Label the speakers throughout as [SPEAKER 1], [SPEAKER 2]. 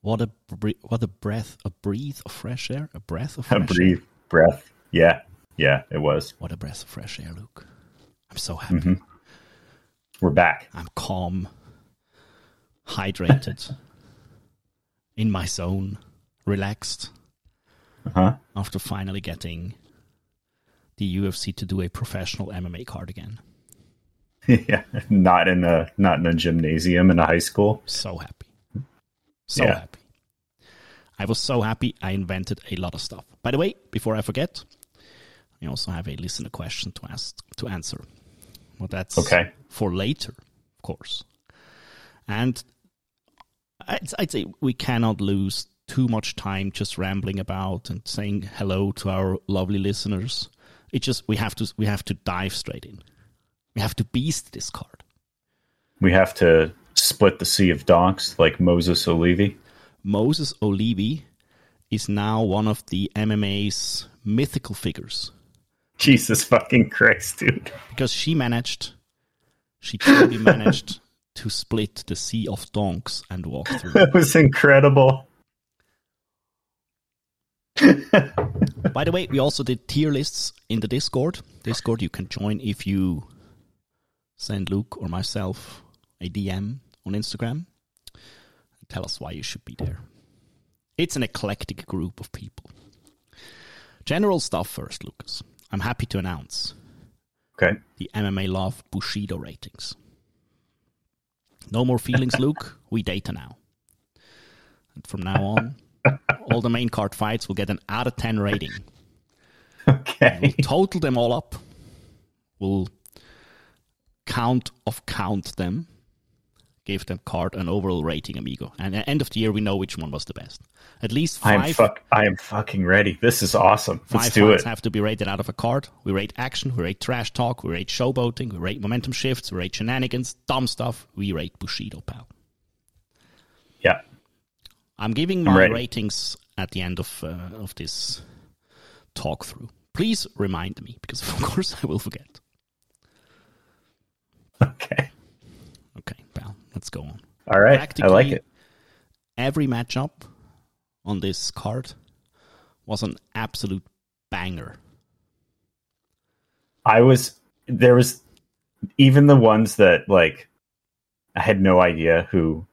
[SPEAKER 1] What a br- what a breath, a breath of fresh air, a breath of
[SPEAKER 2] A
[SPEAKER 1] fresh air.
[SPEAKER 2] breathe, breath. Yeah, yeah, it was.
[SPEAKER 1] What a breath of fresh air, Luke. I'm so happy.
[SPEAKER 2] We're back.
[SPEAKER 1] I'm calm, hydrated, in my zone, relaxed.
[SPEAKER 2] Uh-huh.
[SPEAKER 1] After finally getting the UFC to do a professional MMA card again,
[SPEAKER 2] yeah, not in a not in a gymnasium in a high school.
[SPEAKER 1] so happy, so
[SPEAKER 2] Yeah.
[SPEAKER 1] happy. I was so happy. I invented a lot of stuff. By the way, before I forget, I also have a listener question to ask to answer. Well, that's
[SPEAKER 2] Okay.
[SPEAKER 1] for later, of course. And I'd, I'd say we cannot lose too much time just rambling about and saying hello to our lovely listeners. It just we have to we have to dive straight in. We have to beast this card.
[SPEAKER 2] We have to split the sea of donks like Moses Olivi.
[SPEAKER 1] Moses Olivi is now one of the MMA's mythical figures
[SPEAKER 2] Jesus fucking Christ, dude.
[SPEAKER 1] because she managed, she truly managed to split the sea of donks and walk through.
[SPEAKER 2] That was incredible.
[SPEAKER 1] By the way, we also did tier lists in the Discord. Discord you can join if you send Luke or myself a DM on Instagram. Tell us why you should be there. It's an eclectic group of people. General stuff first, Lucas. I'm happy to announce
[SPEAKER 2] Okay.
[SPEAKER 1] the MMA Love Bushido ratings. No more feelings, Luke. We data now. And from now on, all the main card fights will get an out of 10 rating.
[SPEAKER 2] Okay.
[SPEAKER 1] We'll total them all up. We'll count of count them. Give them card an overall rating, amigo. And at end of the year, we know which one was the best. At least
[SPEAKER 2] I
[SPEAKER 1] five,
[SPEAKER 2] am fuck I am fucking ready. This is awesome. Let's
[SPEAKER 1] five
[SPEAKER 2] do
[SPEAKER 1] cards
[SPEAKER 2] it.
[SPEAKER 1] have to be rated out of a card. We rate action, we rate trash talk, we rate showboating, we rate momentum shifts, we rate shenanigans, dumb stuff. We rate Bushido, pal.
[SPEAKER 2] Yeah.
[SPEAKER 1] I'm giving my
[SPEAKER 2] ready.
[SPEAKER 1] ratings at the end of uh, of this talk through. Please remind me, because of course I will forget.
[SPEAKER 2] Okay.
[SPEAKER 1] Okay, pal, let's go on.
[SPEAKER 2] All right. I
[SPEAKER 1] practically
[SPEAKER 2] like it.
[SPEAKER 1] every matchup on this card was an absolute banger.
[SPEAKER 2] I was there was even the ones that like I had no idea who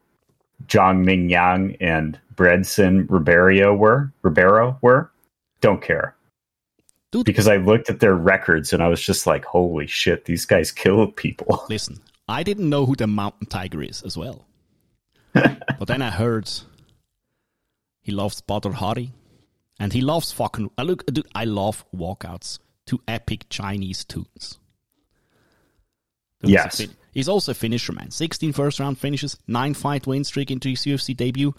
[SPEAKER 2] Zhang Ming Yang and Bredson Ribeiro were Ribeiro were. Don't care.
[SPEAKER 1] Dude.
[SPEAKER 2] Because I looked at their records and I was just like, holy shit, these guys kill people.
[SPEAKER 1] Listen, I didn't know who the Mountain Tiger is as well. but then I heard he loves Badr Hari and he loves fucking. I look, dude, I love walkouts to epic Chinese tunes. Dude, he's a
[SPEAKER 2] Yes.
[SPEAKER 1] fin- He's also a finisher, man. 16 first round finishes, 9 fight win streak into his UFC debut.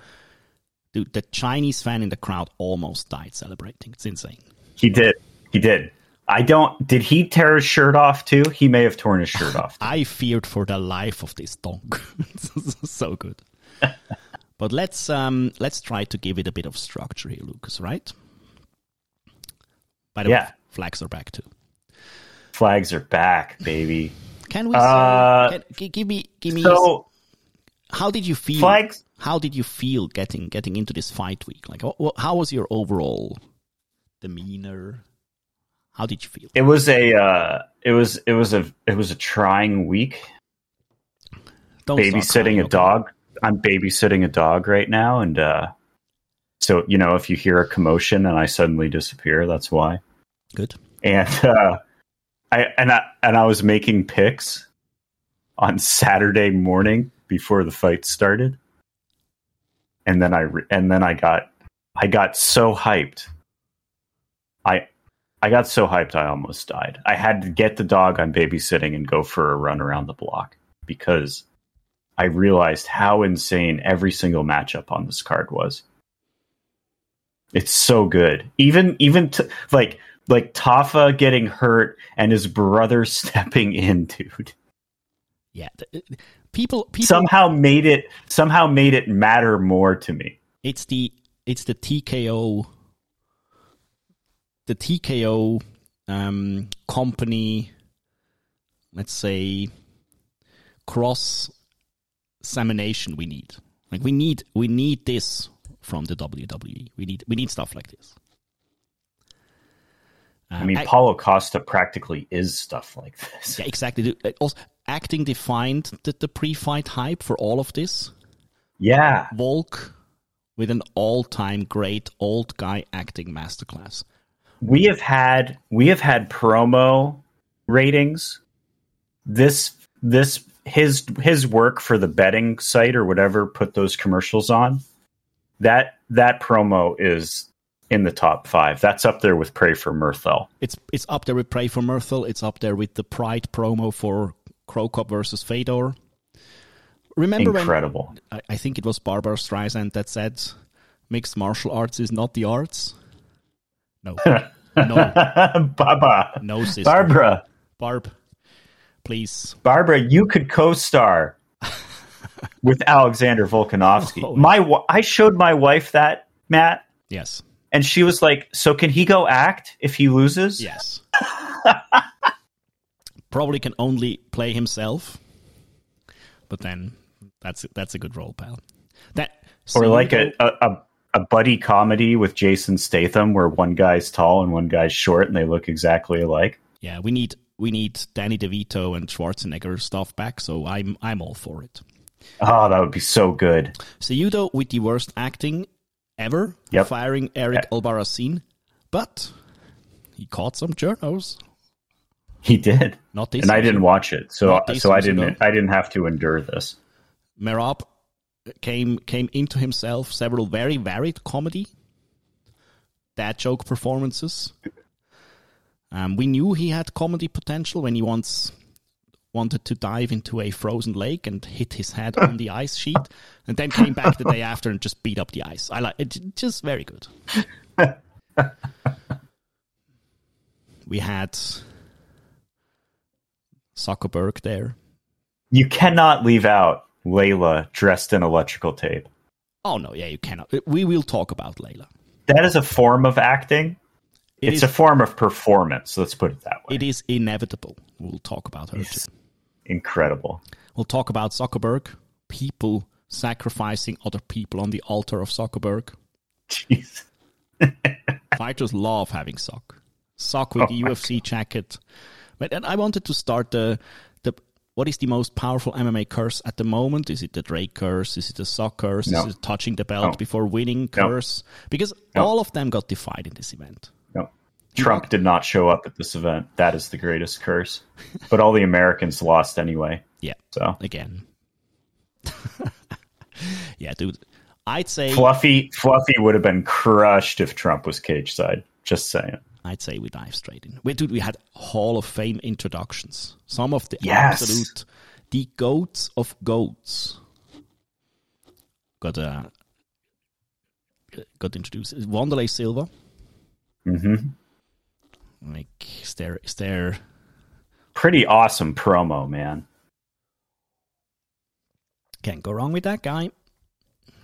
[SPEAKER 1] Dude, the Chinese fan in the crowd almost died celebrating. It's insane.
[SPEAKER 2] He did. He did. I don't did he tear his shirt off too? He may have torn his shirt off.
[SPEAKER 1] I feared for the life of this donk. so good. but let's um let's try to give it a bit of structure here, Lucas, right? By the way,
[SPEAKER 2] Yeah.
[SPEAKER 1] flags are back too.
[SPEAKER 2] Flags are back, baby.
[SPEAKER 1] Can we say-
[SPEAKER 2] Uh,
[SPEAKER 1] can, gi- give me give me
[SPEAKER 2] So
[SPEAKER 1] how did you feel
[SPEAKER 2] flags
[SPEAKER 1] how did you feel getting getting into this fight week? Like wha- wha- how was your overall demeanor? How did you feel?
[SPEAKER 2] it was a uh, it was it was a it was a trying week
[SPEAKER 1] Don't start crying,
[SPEAKER 2] babysitting a
[SPEAKER 1] okay?
[SPEAKER 2] dog. I'm babysitting a dog right now, and uh, so you know, if you hear a commotion and I suddenly disappear, that's why.
[SPEAKER 1] Good.
[SPEAKER 2] And uh, I and I and I was making picks on Saturday morning before the fight started, and then I re- and then I got I got so hyped. I I got so hyped I almost died. I had to get the dog I'm babysitting and go for a run around the block because I realized how insane every single matchup on this card was. It's so good. Even even t- like like Tafa getting hurt and his brother stepping in, dude.
[SPEAKER 1] Yeah. th- People people
[SPEAKER 2] Somehow made it somehow made it matter more to me.
[SPEAKER 1] it's the it's the TKO the TKO um, company let's say cross examination we need like we need we need this from the WWE. We need we need stuff like this.
[SPEAKER 2] I
[SPEAKER 1] Um,
[SPEAKER 2] mean,
[SPEAKER 1] ac-
[SPEAKER 2] Paulo Costa practically is stuff like this.
[SPEAKER 1] yeah, exactly. The- uh, Also, acting defined the, the pre-fight hype for all of this.
[SPEAKER 2] Yeah,
[SPEAKER 1] Volk with an all-time great old guy acting masterclass.
[SPEAKER 2] we have had we have had promo ratings. This this his his work for the betting site or whatever put those commercials on. That that promo is in the top five. That's up there with Pray for Murthel.
[SPEAKER 1] It's it's up there with Pray for Murthel. It's up there with the Pride promo for Crow Cop versus Fedor. Remember when
[SPEAKER 2] Incredible.
[SPEAKER 1] I, I think it was Barbara Streisand that said, "Mixed martial arts is not the arts." No, no,
[SPEAKER 2] Baba.
[SPEAKER 1] no, sister.
[SPEAKER 2] Barbara.
[SPEAKER 1] Barb, please.
[SPEAKER 2] Barbara, you could co-star with Alexander Volkanovsky.
[SPEAKER 1] Oh.
[SPEAKER 2] My wi- I showed my wife that, Matt,
[SPEAKER 1] Yes,
[SPEAKER 2] and she was like, "So can he go act if he loses?"
[SPEAKER 1] yes. Probably can only play himself, but then that's that's a good role, pal. That
[SPEAKER 2] Or like a, a a a buddy comedy with Jason Statham where one guy's tall and one guy's short and they look exactly alike.
[SPEAKER 1] yeah, we need we need Danny DeVito and Schwarzenegger stuff back. So I'm I'm all for it.
[SPEAKER 2] Oh, that would be so good.
[SPEAKER 1] Sayudo with the worst acting ever,
[SPEAKER 2] Yep.
[SPEAKER 1] firing Eric Albarracin, but he caught some journos.
[SPEAKER 2] He did.
[SPEAKER 1] Not this.
[SPEAKER 2] And I
[SPEAKER 1] season.
[SPEAKER 2] didn't watch it. So
[SPEAKER 1] Not these
[SPEAKER 2] so I
[SPEAKER 1] season,
[SPEAKER 2] didn't I didn't have to endure this.
[SPEAKER 1] Merab came came into himself. Several very varied comedy, dad joke performances. Um, we knew he had comedy potential when he once wanted to dive into a frozen lake and hit his head on the ice sheet, and then came back the day after and just beat up the ice. I like it. Just very good. we had Zuckerberg there.
[SPEAKER 2] You cannot leave out Layla dressed in electrical tape.
[SPEAKER 1] Oh no, yeah, you cannot. We will talk about Layla.
[SPEAKER 2] That is a form of acting.
[SPEAKER 1] It
[SPEAKER 2] it's
[SPEAKER 1] is
[SPEAKER 2] a form of performance. Let's put it that way.
[SPEAKER 1] it is inevitable. We'll talk about her.
[SPEAKER 2] Yes.
[SPEAKER 1] too.
[SPEAKER 2] Incredible.
[SPEAKER 1] We'll talk about Zuckerberg, people sacrificing other people on the altar of Zuckerberg.
[SPEAKER 2] Jeez.
[SPEAKER 1] Fighters love having sock, sock
[SPEAKER 2] Oh,
[SPEAKER 1] with the UFC jacket. But and I wanted to start the the what is the most powerful MMA curse at the moment? Is it the Drake curse? Is it the sock curse?
[SPEAKER 2] No.
[SPEAKER 1] Is it touching the belt
[SPEAKER 2] No.
[SPEAKER 1] before winning
[SPEAKER 2] No.
[SPEAKER 1] curse? Because
[SPEAKER 2] No.
[SPEAKER 1] all of them got defied in this event.
[SPEAKER 2] No. Trump did not show up at this event. That is the greatest curse. But all the Americans lost anyway.
[SPEAKER 1] Yeah.
[SPEAKER 2] So
[SPEAKER 1] again. yeah, dude. I'd say
[SPEAKER 2] Fluffy Fluffy would have been crushed if Trump was cage side. Just saying.
[SPEAKER 1] I'd say we dive straight in. We dude, we had Hall of Fame introductions. Some of the
[SPEAKER 2] Yes.
[SPEAKER 1] absolute the goats of goats got uh, got introduced. Wanderlei Silva.
[SPEAKER 2] hmm
[SPEAKER 1] Like is there is there
[SPEAKER 2] Pretty awesome promo, man.
[SPEAKER 1] can't go wrong with that guy.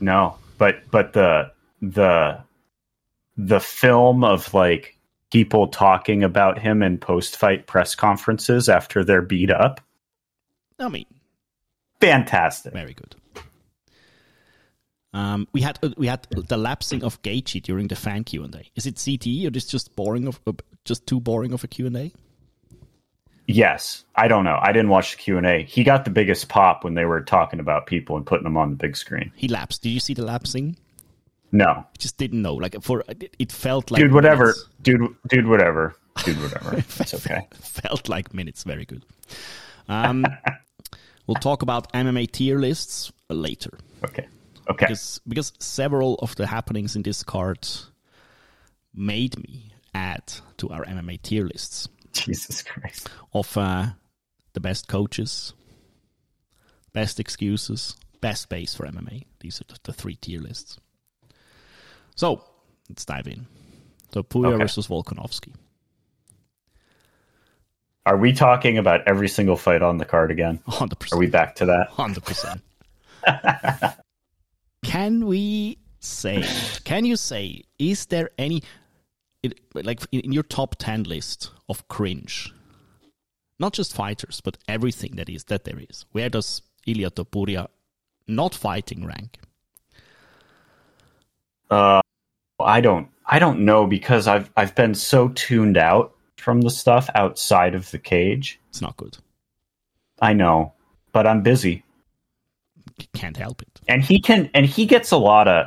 [SPEAKER 2] No. But but the the the film of like people talking about him in post fight press conferences after they're beat up.
[SPEAKER 1] I mean,
[SPEAKER 2] Fantastic.
[SPEAKER 1] Very good. Um, we had we had the lapsing of Gaethje during the fan Q and A. Is it CTE or is just boring of uh, just too boring of a Q and A?
[SPEAKER 2] Yes, I don't know. I didn't watch the Q and A. He got the biggest pop when they were talking about people and putting them on the big screen.
[SPEAKER 1] He lapsed. Did you see the lapsing?
[SPEAKER 2] No,
[SPEAKER 1] I just didn't know. Like for it- it felt like
[SPEAKER 2] dude, whatever,
[SPEAKER 1] minutes.
[SPEAKER 2] dude, dude, whatever, dude, whatever. it's okay.
[SPEAKER 1] felt like minutes. Very good. Um, we'll talk about MMA tier lists later.
[SPEAKER 2] Okay. Okay.
[SPEAKER 1] because because several of the happenings in this card made me add to our MMA tier lists
[SPEAKER 2] Jesus Christ.
[SPEAKER 1] of uh, the best coaches, best excuses, best base for MMA. These are the, the three tier lists. So let's dive in. So Puya
[SPEAKER 2] Okay.
[SPEAKER 1] versus Volkanovski.
[SPEAKER 2] Are we talking about every single fight on the card again?
[SPEAKER 1] Hundred
[SPEAKER 2] Are
[SPEAKER 1] percent.
[SPEAKER 2] we back to that?
[SPEAKER 1] Hundred percent. Can we say? Can you say? Is there any, it, like in in your top ten list of cringe? Not just fighters, but everything that is that there is. Where does Ilya Topuria not fighting rank?
[SPEAKER 2] Uh, I don't. I don't know because I've I've been so tuned out from the stuff outside of the cage.
[SPEAKER 1] It's not good.
[SPEAKER 2] I know, but I'm busy,
[SPEAKER 1] You can't help it.
[SPEAKER 2] and he can and he gets a lot of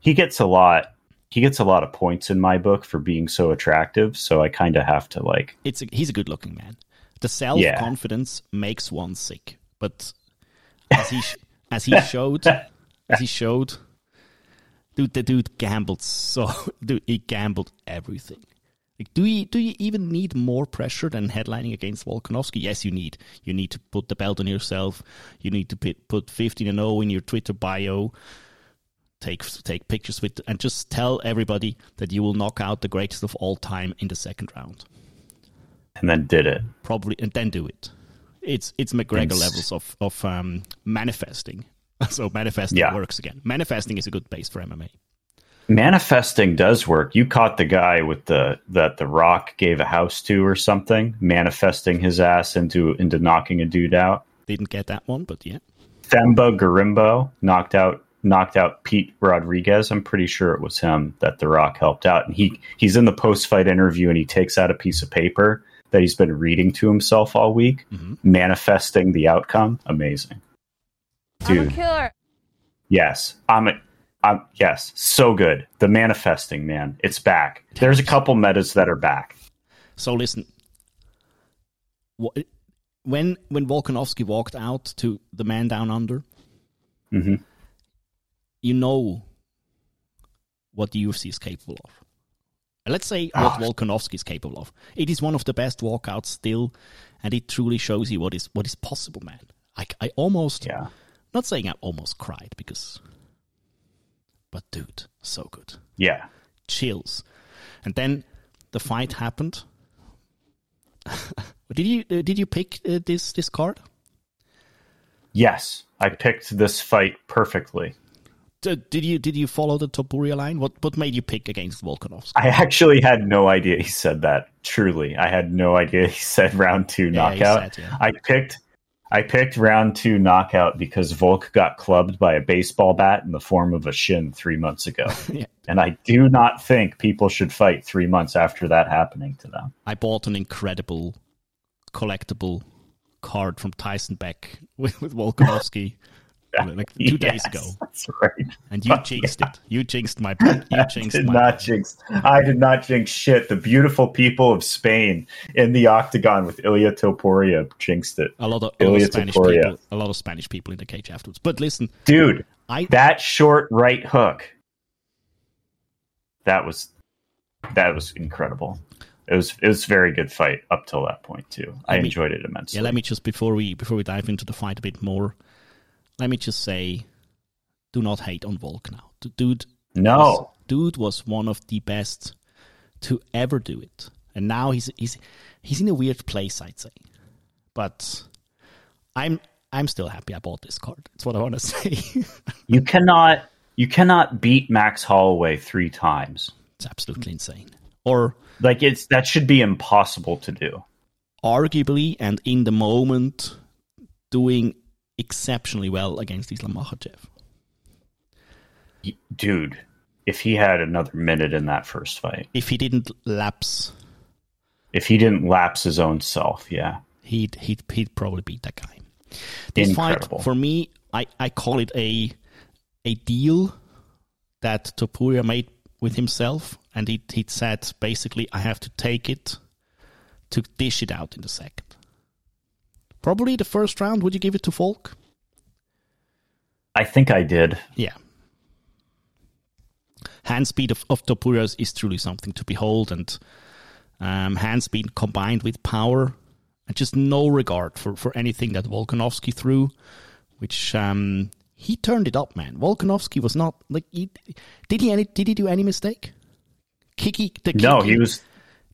[SPEAKER 2] he gets a lot he gets a lot of points in my book for being so attractive. So I kind of have to like
[SPEAKER 1] It's a, he's a good-looking man. The self-confidence makes one sick, but as he sh- as he showed, as he showed, dude, the dude gambled so dude, he gambled everything. Like, do you do you even need more pressure than headlining against Volkanovski? Yes, you need. You need to put the belt on yourself. You need to put put fifteen and zero in your Twitter bio. Take take pictures with and just tell everybody that you will knock out the greatest of all time in the second round
[SPEAKER 2] and then did it.
[SPEAKER 1] probably and then do it. It's it's McGregor
[SPEAKER 2] Thanks.
[SPEAKER 1] levels of of um, manifesting. So manifesting
[SPEAKER 2] Yeah.
[SPEAKER 1] works again. Manifesting is a good base for MMA.
[SPEAKER 2] Manifesting does work. You caught the guy with the that the Rock gave a house to or something, manifesting his ass into into knocking a dude out.
[SPEAKER 1] Didn't get that one, but yeah,
[SPEAKER 2] Themba Garimbo knocked out knocked out Pete Rodriguez. I'm pretty sure it was him that The Rock helped out. And he he's in the post fight interview and he takes out a piece of paper that he's been reading to himself all week,
[SPEAKER 1] Mhm.
[SPEAKER 2] manifesting the outcome. Amazing,
[SPEAKER 3] I'm a
[SPEAKER 2] dude.
[SPEAKER 3] killer.
[SPEAKER 2] Yes, I'm. A, I'm yes, so good. The manifesting man, it's back. There's a couple metas that are back.
[SPEAKER 1] So listen, wha- when when Volkanovski walked out to the man down under,
[SPEAKER 2] Mhm.
[SPEAKER 1] you know what the UFC is capable of. And Let's say what Volkanovski is capable of. It is one of the best walkouts still, and it truly shows you what is what is possible, man. I, I almost
[SPEAKER 2] Yeah,
[SPEAKER 1] not saying I almost cried because, but dude, so good
[SPEAKER 2] yeah.
[SPEAKER 1] chills. And then the fight happened. did you uh, did you pick uh, this this card?
[SPEAKER 2] Yes, I picked this fight perfectly.
[SPEAKER 1] D- Did you did you follow the Topuria line? What what made you pick against Volkanovski?
[SPEAKER 2] I actually had no idea he said that. Truly, I had no idea he said round two
[SPEAKER 1] Yeah, he
[SPEAKER 2] knockout.
[SPEAKER 1] said, yeah.
[SPEAKER 2] I picked, I picked round two knockout because Volk got clubbed by a baseball bat in the form of a shin three months ago,
[SPEAKER 1] Yeah.
[SPEAKER 2] and I do not think people should fight three months after that happening to them.
[SPEAKER 1] I bought an incredible collectible card from Tyson Beck with, with Volkanovski like two days
[SPEAKER 2] Yes,
[SPEAKER 1] ago,
[SPEAKER 2] that's right.
[SPEAKER 1] and you jinxed it. You jinxed my. You jinxed
[SPEAKER 2] did
[SPEAKER 1] my.
[SPEAKER 2] not jinx. I did not jinx shit. The beautiful people of Spain in the octagon with Ilya Topuria jinxed it,
[SPEAKER 1] a lot of, a lot of
[SPEAKER 2] Ilya
[SPEAKER 1] Spanish
[SPEAKER 2] Topuria.
[SPEAKER 1] people. A lot of Spanish people in the cage afterwards. But listen,
[SPEAKER 2] dude.
[SPEAKER 1] I
[SPEAKER 2] that short right hook that was that was incredible it was it was a very good fight up till that point too i
[SPEAKER 1] Let me-
[SPEAKER 2] enjoyed it immensely
[SPEAKER 1] Yeah, let me just before we before we dive into the fight a bit more, let me just say, do not hate on Volk now. The dude, was,
[SPEAKER 2] no
[SPEAKER 1] dude was one of the best to ever do it, and now he's he's he's in a weird place, I'd say. But I'm I'm still happy I bought this card. That's what I want to say.
[SPEAKER 2] you cannot you cannot beat max holloway three times
[SPEAKER 1] it's absolutely insane. Or
[SPEAKER 2] like it's that should be impossible to do
[SPEAKER 1] arguably and in the moment, doing exceptionally well against Islam Makhachev.
[SPEAKER 2] Y- dude if he had another minute in that first fight
[SPEAKER 1] If he didn't lapse
[SPEAKER 2] if he didn't lapse his own self yeah
[SPEAKER 1] he'd he'd, he'd probably beat that guy. This
[SPEAKER 2] Incredible.
[SPEAKER 1] fight for me, I, I call it a a deal that Topuria made with himself, and he he said basically I have to take it to dish it out in the second. Probably the first round. Would you give it to Volk?
[SPEAKER 2] i think i did
[SPEAKER 1] Yeah. Hand speed of, of Topurias is truly something to behold, and um, hand speed combined with power and just no regard for, for anything that Volkanovski threw, which um, he turned it up, man. Volkanovski was not like he, did he any did he do any mistake? Kiki, the
[SPEAKER 2] no
[SPEAKER 1] kicking-
[SPEAKER 2] he was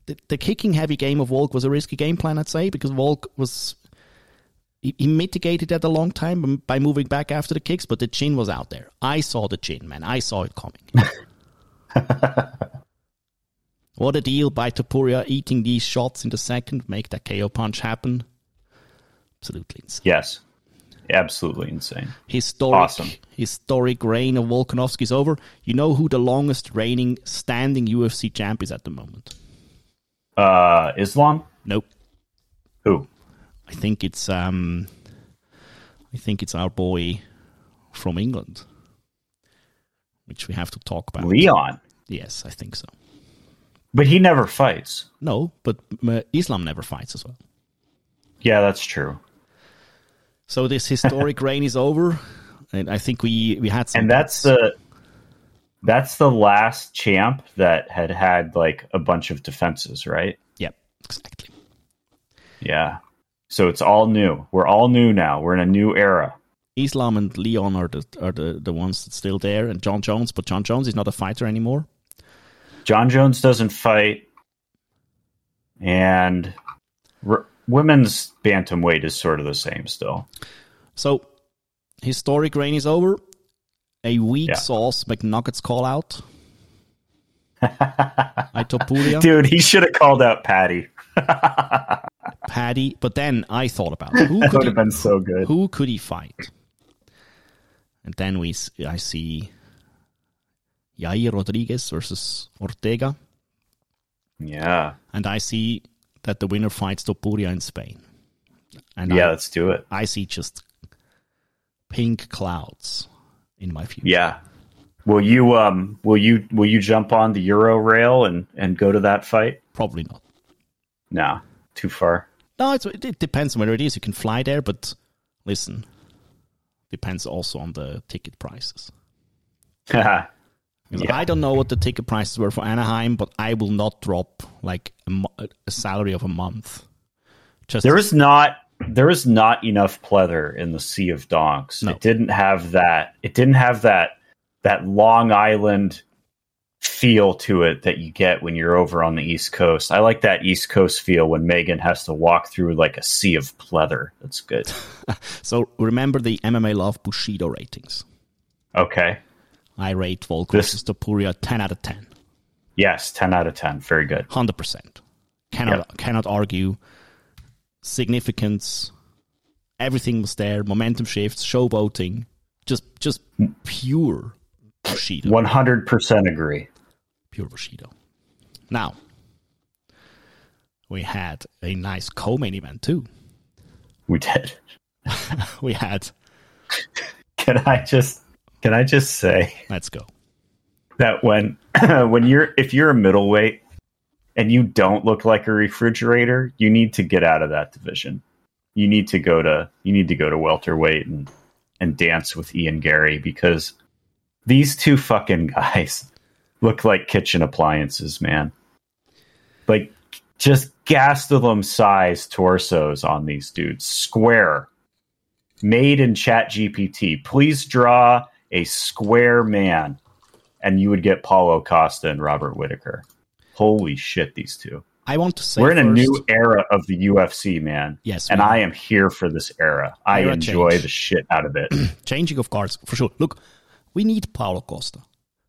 [SPEAKER 1] the, the kicking heavy game of Volk was a risky game plan, I'd say, because Volk was he, he mitigated that a long time by moving back after the kicks, but the chin was out there. I saw the chin, man. I saw it coming. what a deal by Topuria eating these shots in the second, make that KO punch happen. Absolutely insane.
[SPEAKER 2] Yes. absolutely insane.
[SPEAKER 1] Historic,
[SPEAKER 2] Awesome.
[SPEAKER 1] historic reign of Volkanovski's over. You know who the longest reigning standing UFC champ is at the moment?
[SPEAKER 2] Uh, Islam?
[SPEAKER 1] Nope.
[SPEAKER 2] Who?
[SPEAKER 1] I think it's um, I think it's our boy from England, which we have to talk about.
[SPEAKER 2] Leon.
[SPEAKER 1] Yes, I think so.
[SPEAKER 2] But he never fights.
[SPEAKER 1] No, but uh, Islam never fights as well.
[SPEAKER 2] Yeah, that's true.
[SPEAKER 1] So this historic reign is over, and I think we we had some.
[SPEAKER 2] And that's the that's the last champ that had had like a bunch of defenses, right?
[SPEAKER 1] yep, exactly.
[SPEAKER 2] Yeah. So it's all new. We're all new now. We're in a new era.
[SPEAKER 1] Islam and Leon are the are the, the ones that's still there, and John Jones. But John Jones is not a fighter anymore.
[SPEAKER 2] John Jones doesn't fight, and r- women's bantamweight is sort of the same still.
[SPEAKER 1] So historic reign is over. A weak
[SPEAKER 2] Yeah.
[SPEAKER 1] sauce McNuggets call out. I Topuria.
[SPEAKER 2] Dude, he should have called out Patty.
[SPEAKER 1] Paddy. But then I thought about it. who
[SPEAKER 2] That
[SPEAKER 1] could
[SPEAKER 2] would
[SPEAKER 1] he,
[SPEAKER 2] have been so good.
[SPEAKER 1] who could he fight? And then we s- I see Yair Rodriguez versus Ortega,
[SPEAKER 2] Yeah.
[SPEAKER 1] and I see that the winner fights Topuria in Spain. And
[SPEAKER 2] Yeah, let's do it.
[SPEAKER 1] I, I see just pink clouds in my future.
[SPEAKER 2] Yeah. Will you um will you will you jump on the Euro rail and and go to that fight?
[SPEAKER 1] Probably not.
[SPEAKER 2] No, too far.
[SPEAKER 1] No, it's, it, it depends on where it is. You can fly there, but listen, depends also on the ticket prices.
[SPEAKER 2] yeah,
[SPEAKER 1] Because I don't know what the ticket prices were for Anaheim, but I will not drop like a, mo- a salary of a month. Just
[SPEAKER 2] There is not there is not enough pleather in the sea of donks.
[SPEAKER 1] No.
[SPEAKER 2] It didn't have that. It didn't have that that Long Island feel to it that you get when you're over on the East Coast. I like that East Coast feel when Megan has to walk through like a sea of pleather. That's good.
[SPEAKER 1] so remember the MMA Love Bushido ratings.
[SPEAKER 2] Okay.
[SPEAKER 1] I rate Volk
[SPEAKER 2] This-
[SPEAKER 1] versus Topuria ten out of ten.
[SPEAKER 2] Yes, ten out of ten. Very good.
[SPEAKER 1] Hundred percent. Cannot cannot argue. Significance. Everything was there. Momentum shifts. Showboating. Just just pure Bushido.
[SPEAKER 2] One hundred percent agree.
[SPEAKER 1] pure Bushido. Now, we had a nice co-main event too.
[SPEAKER 2] We did.
[SPEAKER 1] We had
[SPEAKER 2] Can I just can I just say
[SPEAKER 1] let's go.
[SPEAKER 2] that when when you're if you're a middleweight and you don't look like a refrigerator, you need to get out of that division. You need to go to you need to go to welterweight and and dance with Ian Gary because these two fucking guys look like kitchen appliances, man. Like just gastelum size torsos on these dudes, square, made in Chat GPT. Please draw a square man and you would get Paulo Costa and Robert Whitaker. Holy shit, these two.
[SPEAKER 1] I want to say
[SPEAKER 2] We're in a
[SPEAKER 1] first-
[SPEAKER 2] new era of the UFC, man.
[SPEAKER 1] Yes,
[SPEAKER 2] And
[SPEAKER 1] we are.
[SPEAKER 2] I am here for this era. I
[SPEAKER 1] Era
[SPEAKER 2] enjoy
[SPEAKER 1] change.
[SPEAKER 2] the shit out of it.
[SPEAKER 1] changing of guards for sure. Look, we need Paulo Costa,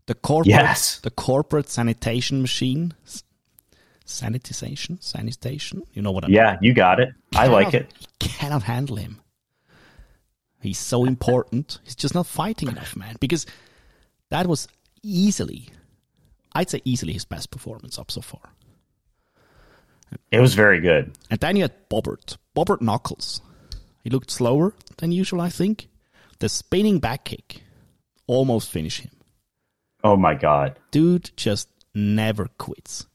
[SPEAKER 1] the corporate,
[SPEAKER 2] Yes.
[SPEAKER 1] the corporate sanitation machine, S- sanitization, sanitation. You know what I mean?
[SPEAKER 2] yeah, you got it. I like
[SPEAKER 1] Cannot-
[SPEAKER 2] it.
[SPEAKER 1] He cannot handle him. He's so important. He's just not fighting enough, man. Because that was easily, I'd say easily his best performance up so far.
[SPEAKER 2] It was very good.
[SPEAKER 1] And then you had Bobbert, Bobbert Knuckles. He looked slower than usual, I think. The spinning back kick almost finished him.
[SPEAKER 2] Oh my God.
[SPEAKER 1] Dude just never quits.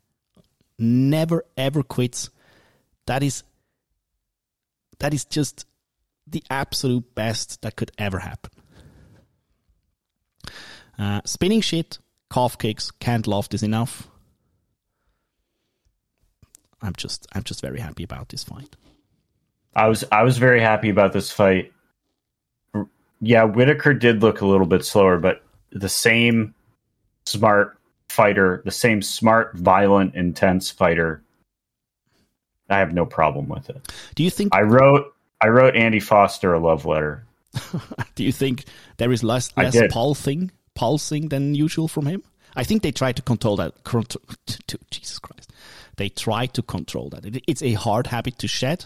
[SPEAKER 1] Never ever quits. That is that is just the absolute best that could ever happen. Uh, spinning shit, calf kicks, can't love this enough. I'm just I'm just very happy about this fight.
[SPEAKER 2] I was I was very happy about this fight. R- Yeah, Whitaker did look a little bit slower, but the same smart fighter, the same smart, violent, intense fighter. I have no problem with it.
[SPEAKER 1] Do you think
[SPEAKER 2] I wrote I wrote Andy Foster a love letter.
[SPEAKER 1] do you think there is less
[SPEAKER 2] I
[SPEAKER 1] less
[SPEAKER 2] did.
[SPEAKER 1] pulsing pulsing than usual from him? I think they try to control that. Control, Jesus Christ, they try to control that. It, it's a hard habit to shed,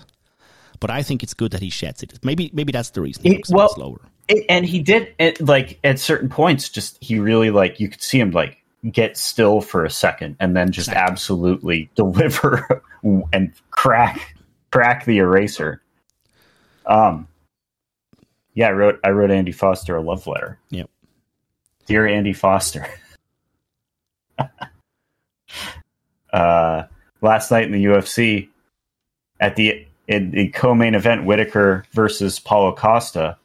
[SPEAKER 1] But I think it's good that he sheds it. Maybe maybe that's the reason.
[SPEAKER 2] He-
[SPEAKER 1] He,
[SPEAKER 2] well-
[SPEAKER 1] well, slower.
[SPEAKER 2] It, and he did it, like at certain points. Just he really like you could see him like get still for a second and then just
[SPEAKER 1] Exactly.
[SPEAKER 2] absolutely deliver and crack crack the eraser. Um. Yeah, I wrote I wrote Andy Foster a love letter.
[SPEAKER 1] Yep.
[SPEAKER 2] Dear Andy Foster. uh, last night in the UFC, at the in the co-main event, Whitaker versus Paulo Costa,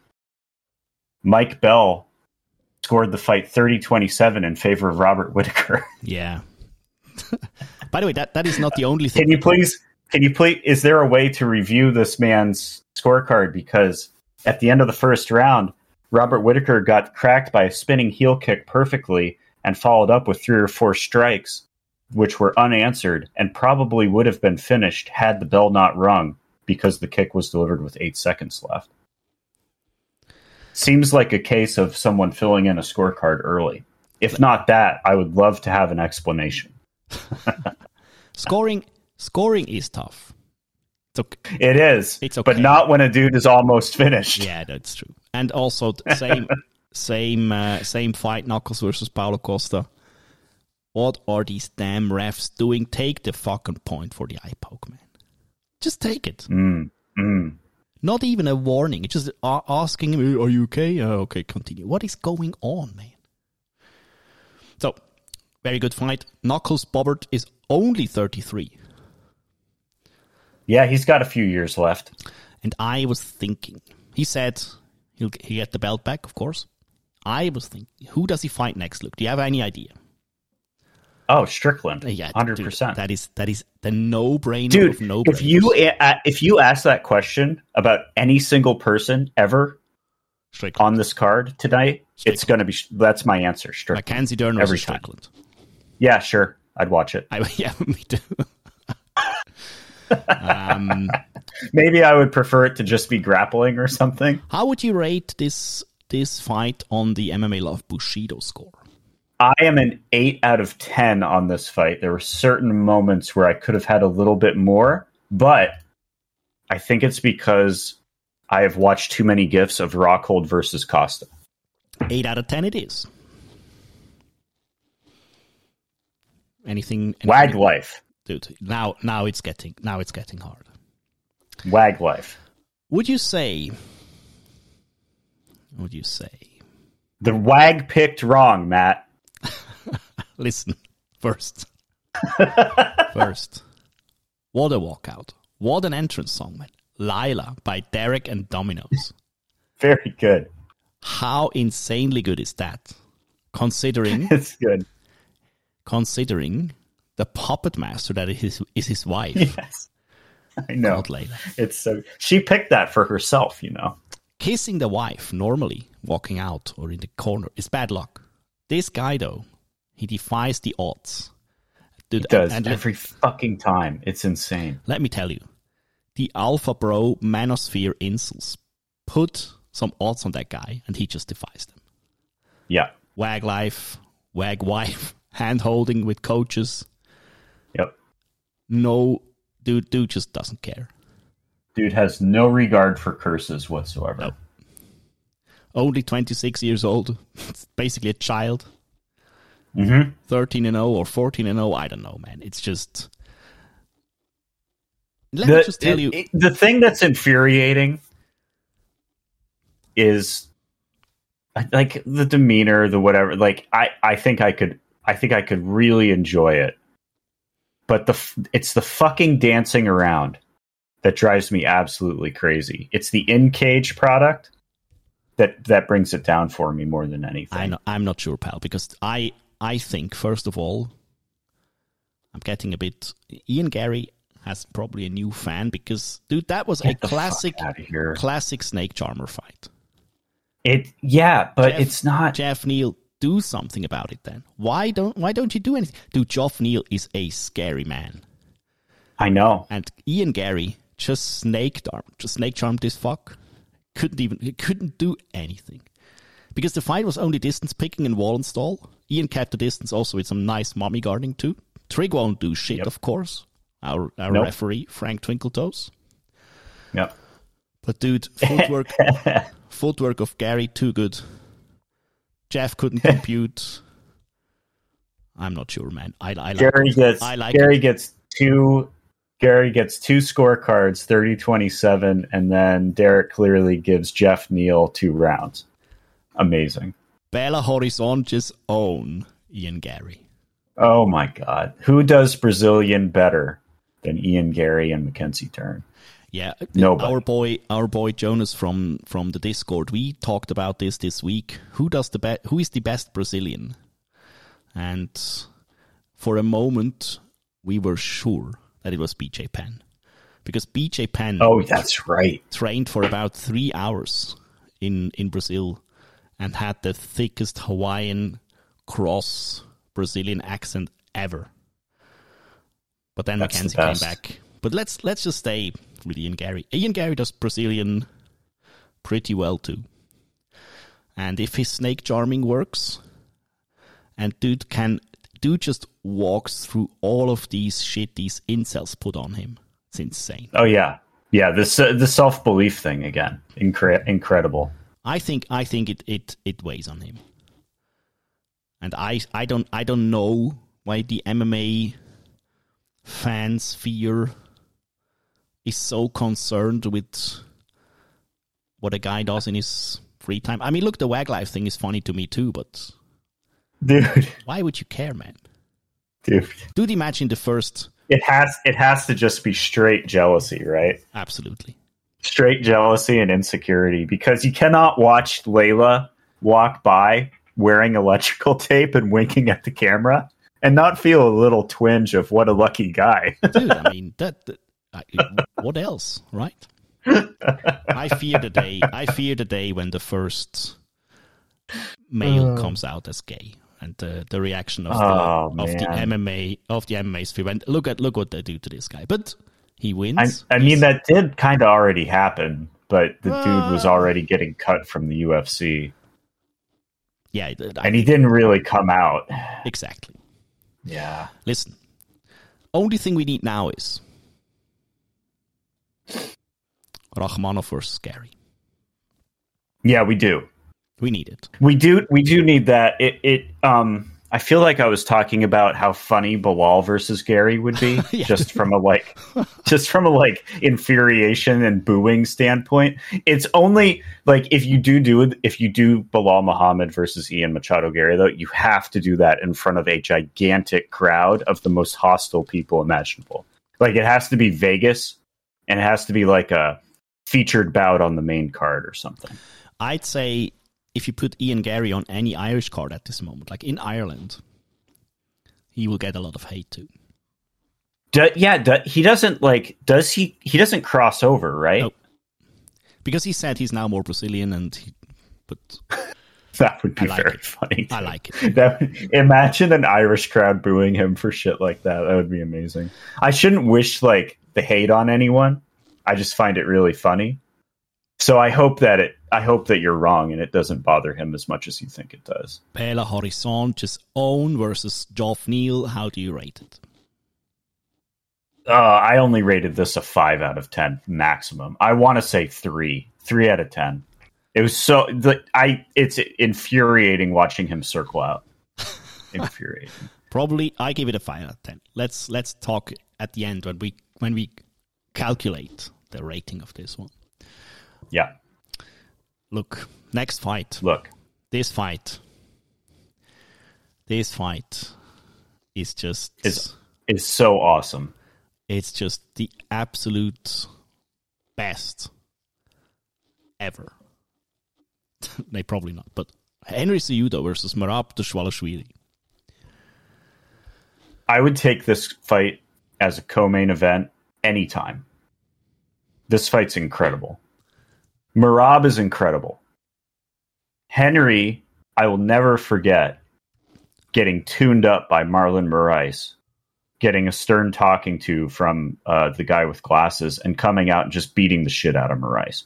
[SPEAKER 2] Mike Bell scored the fight 30-27 in favor of Robert Whitaker.
[SPEAKER 1] Yeah. By the way, that, that is not the only thing.
[SPEAKER 2] can you please? Can you please? Is there a way to review this man's scorecard? Because at the end of the first round, Robert Whitaker got cracked by a spinning heel kick perfectly and followed up with three or four strikes, which were unanswered and probably would have been finished had the bell not rung because the kick was delivered with eight seconds left. Seems like a case of someone filling in a scorecard early. If not that, I would love to have an explanation.
[SPEAKER 1] Scoring scoring is tough. It's okay.
[SPEAKER 2] It is.
[SPEAKER 1] It's
[SPEAKER 2] But
[SPEAKER 1] okay.
[SPEAKER 2] not when a dude is almost finished.
[SPEAKER 1] Yeah, that's true. And also the same same uh, same fight Knuckles versus Paulo Costa. What are these damn refs doing? Take the fucking point for the eye poke, man. Just take it.
[SPEAKER 2] Mm, mm.
[SPEAKER 1] Not even a warning. It's just a- asking him, "Are you okay?" "Uh, okay, continue. What is going on, man? So, very good fight. Knuckles Bobbert is only 33.
[SPEAKER 2] Yeah, he's got a few years left.
[SPEAKER 1] And I was thinking, he said he'll g- he get the belt back, of course. I was thinking, who does he fight next, Luke? Do you have any idea?
[SPEAKER 2] Oh, Strickland.
[SPEAKER 1] Uh, Yeah, dude,
[SPEAKER 2] 100%.
[SPEAKER 1] That is that is the no brainer
[SPEAKER 2] dude,
[SPEAKER 1] of no
[SPEAKER 2] if you uh, if you ask that question about any single person ever
[SPEAKER 1] Strickland.
[SPEAKER 2] on this card tonight, it's going to be that's my answer, Strickland.
[SPEAKER 1] Mackenzie Dern
[SPEAKER 2] Every
[SPEAKER 1] versus
[SPEAKER 2] time.
[SPEAKER 1] Strickland.
[SPEAKER 2] Yeah, sure. I'd watch it.
[SPEAKER 1] I, yeah, me too. um,
[SPEAKER 2] Maybe I would prefer it to just be grappling or something.
[SPEAKER 1] How would you rate this this fight on the MMA Love Bushido score?
[SPEAKER 2] I am an eight out of ten on this fight. There were certain moments where I could have had a little bit more, but I think it's because I have watched too many gifs of Rockhold versus Costa.
[SPEAKER 1] Eight out of ten, it is. Anything, anything
[SPEAKER 2] Wag life,
[SPEAKER 1] dude? Now, now it's getting now it's getting hard.
[SPEAKER 2] wag life.
[SPEAKER 1] Would you say? Would you say?
[SPEAKER 2] The wag picked wrong, Matt.
[SPEAKER 1] Listen first. first, what a walkout! What an entrance song, man! Lila by Derek and Dominoes.
[SPEAKER 2] Very good.
[SPEAKER 1] How insanely good is that? Considering
[SPEAKER 2] It's good.
[SPEAKER 1] considering the puppet master that is his, is his wife,
[SPEAKER 2] Yes, I know.
[SPEAKER 1] not Layla.
[SPEAKER 2] It's so. She picked that for herself, you know.
[SPEAKER 1] Kissing the wife normally, walking out or in the corner, is bad luck. This guy, though, he defies the odds. Dude,
[SPEAKER 2] Does
[SPEAKER 1] and- and let-
[SPEAKER 2] every fucking time. It's insane.
[SPEAKER 1] let me tell you, the alpha bro manosphere insults put some odds on that guy, and he just defies them.
[SPEAKER 2] Yeah.
[SPEAKER 1] Wag life, wag wife, hand holding with coaches.
[SPEAKER 2] Yep.
[SPEAKER 1] No, dude, dude just doesn't care.
[SPEAKER 2] Dude has no regard for curses whatsoever.
[SPEAKER 1] only 26 years old, It's basically a child.
[SPEAKER 2] Mhm.
[SPEAKER 1] 13 and 0 or 14 and 0, I don't know, man. It's just. Let
[SPEAKER 2] the,
[SPEAKER 1] me just tell
[SPEAKER 2] it-
[SPEAKER 1] you.
[SPEAKER 2] it- the thing that's infuriating is I- like the demeanor, the whatever. Like I, I think I could, I think I could really enjoy it, but the f- it's the fucking dancing around that drives me absolutely crazy. It's the in cage product that that brings it down for me more than anything.
[SPEAKER 1] I know, I'm not sure, pal, because I, I think, first of all, I'm getting a bit. Ian Gary has probably a new fan because, dude, that was a
[SPEAKER 2] Get the fuck
[SPEAKER 1] classic,
[SPEAKER 2] outta here.
[SPEAKER 1] classic snake charmer fight.
[SPEAKER 2] It, yeah, but
[SPEAKER 1] Jeff-
[SPEAKER 2] it's not.
[SPEAKER 1] Jeff Neal, do something about it then. Why don't Why don't you do anything? Dude, Jeff Neal is a scary man.
[SPEAKER 2] I know.
[SPEAKER 1] and Ian Gary just snake charm, just snake charmed this fuck. Couldn't even he couldn't do anything because the fight was only distance picking and wall install. Ian kept the distance also with some nice mommy guarding too. Trig won't do shit,
[SPEAKER 2] Yep.
[SPEAKER 1] of course. Our our
[SPEAKER 2] Nope.
[SPEAKER 1] referee Frank Twinkletoes.
[SPEAKER 2] Yep.
[SPEAKER 1] But dude, footwork footwork of Gary too good. Jeff couldn't compute. I'm not sure, man. I, I like
[SPEAKER 2] Gary
[SPEAKER 1] it.
[SPEAKER 2] gets
[SPEAKER 1] I like
[SPEAKER 2] Gary
[SPEAKER 1] it.
[SPEAKER 2] gets two Gary gets two scorecards 30-27 and then Derek clearly gives Jeff Neal two rounds. Amazing.
[SPEAKER 1] Bella Horizontes own Ian Gary.
[SPEAKER 2] Oh my god. Who does Brazilian better than Ian Gary and Mackenzie Turn?
[SPEAKER 1] Yeah,
[SPEAKER 2] Nobody.
[SPEAKER 1] our boy, our boy Jonas from from the Discord. We talked about this this week. Who does the be- Who is the best Brazilian? And for a moment, we were sure that it was BJ Penn, because BJ Penn
[SPEAKER 2] Oh, that's right.
[SPEAKER 1] trained for about three hours in in Brazil and had the thickest Hawaiian cross Brazilian accent ever. But then
[SPEAKER 2] That's the
[SPEAKER 1] Mackenzie came
[SPEAKER 2] best.
[SPEAKER 1] back. But let's let's just stay with Ian Gary. Ian Gary does Brazilian pretty well too. And if his snake charming works, and dude can dude just walks through all of these shit these incels put on him. It's insane.
[SPEAKER 2] Oh yeah. Yeah, this uh, the self-belief thing again. Incre- incredible.
[SPEAKER 1] I think I think it it it weighs on him. And I I don't I don't know why the MMA fan sphere is so concerned with what a guy does in his free time. I mean, look, the wag life thing is funny to me too, but
[SPEAKER 2] Dude,
[SPEAKER 1] why would you care, man?
[SPEAKER 2] dude.
[SPEAKER 1] Dude, imagine the first.
[SPEAKER 2] It has it has to just be straight jealousy, right?
[SPEAKER 1] Absolutely.
[SPEAKER 2] straight jealousy and insecurity because you cannot watch Layla walk by wearing electrical tape and winking at the camera and not feel a little twinge of what a lucky guy.
[SPEAKER 1] dude. I mean, that. that- I, what else, right? I fear the day. I fear the day when the first male comes out as gay, and the, the reaction of the
[SPEAKER 2] Uh. Oh,
[SPEAKER 1] of the
[SPEAKER 2] man.
[SPEAKER 1] MMA of the MMA sphere. And look at look what they do to this guy. But he
[SPEAKER 2] I,
[SPEAKER 1] wins.
[SPEAKER 2] I mean, that did kind of already happen, but the dude was
[SPEAKER 1] Well-
[SPEAKER 2] already getting cut from the UFC
[SPEAKER 1] yeah, I-
[SPEAKER 2] and he didn't really come out.
[SPEAKER 1] exactly.
[SPEAKER 2] Yeah.
[SPEAKER 1] Listen, only thing we need now is Rachmanov versus Gary.
[SPEAKER 2] Yeah, we do.
[SPEAKER 1] We need it.
[SPEAKER 2] We do we do need that. It it um I feel like I was talking about how funny Bilal versus Gary would be
[SPEAKER 1] Yeah.
[SPEAKER 2] just from a like just from a like infuriation and booing standpoint. It's only like if you do do it- if you do Bilal Muhammad versus Ian Machado Gary though, you have to do that in front of a gigantic crowd of the most hostile people imaginable. Like it has to be Vegas and it has to be like a featured bout on the main card or something.
[SPEAKER 1] I'd say if you put Ian Gary on any Irish card at this moment, like in Ireland, he will get a lot of hate too.
[SPEAKER 2] Do, yeah, do, he doesn't like. Does he? He doesn't cross over, right?
[SPEAKER 1] No. Because he said he's now more Brazilian, and he, but
[SPEAKER 2] That would be
[SPEAKER 1] I like
[SPEAKER 2] very
[SPEAKER 1] it.
[SPEAKER 2] funny.
[SPEAKER 1] I like it.
[SPEAKER 2] That imagine an Irish crowd booing him for shit like that. That would be amazing. I shouldn't wish like the hate on anyone. I just find it really funny. So I hope that it. I hope that you're wrong and it doesn't bother him as much as you think it does.
[SPEAKER 1] Pela Horizontes own versus Geoff Neal. How do you rate it?
[SPEAKER 2] Uh, I only rated this a five out of ten maximum. I want to say three, three out of ten. It was so the I. It's infuriating watching him circle out. Infuriating.
[SPEAKER 1] Probably, I give it a five out of ten. Let's let's talk at the end when we when we calculate the rating of this one.
[SPEAKER 2] yeah.
[SPEAKER 1] Look, next fight.
[SPEAKER 2] Look,
[SPEAKER 1] this fight this fight is just
[SPEAKER 2] Is- it's so awesome.
[SPEAKER 1] it's just the absolute best ever they probably not but henry Cejudo versus marab Deshwalashvili.
[SPEAKER 2] I would take this fight as a co-main event anytime. This fight's incredible. Marab is incredible. Henry, I will never forget getting tuned up by Marlon Moraes, getting a stern talking to from uh, the guy with glasses, and coming out and just beating the shit out of Moraes.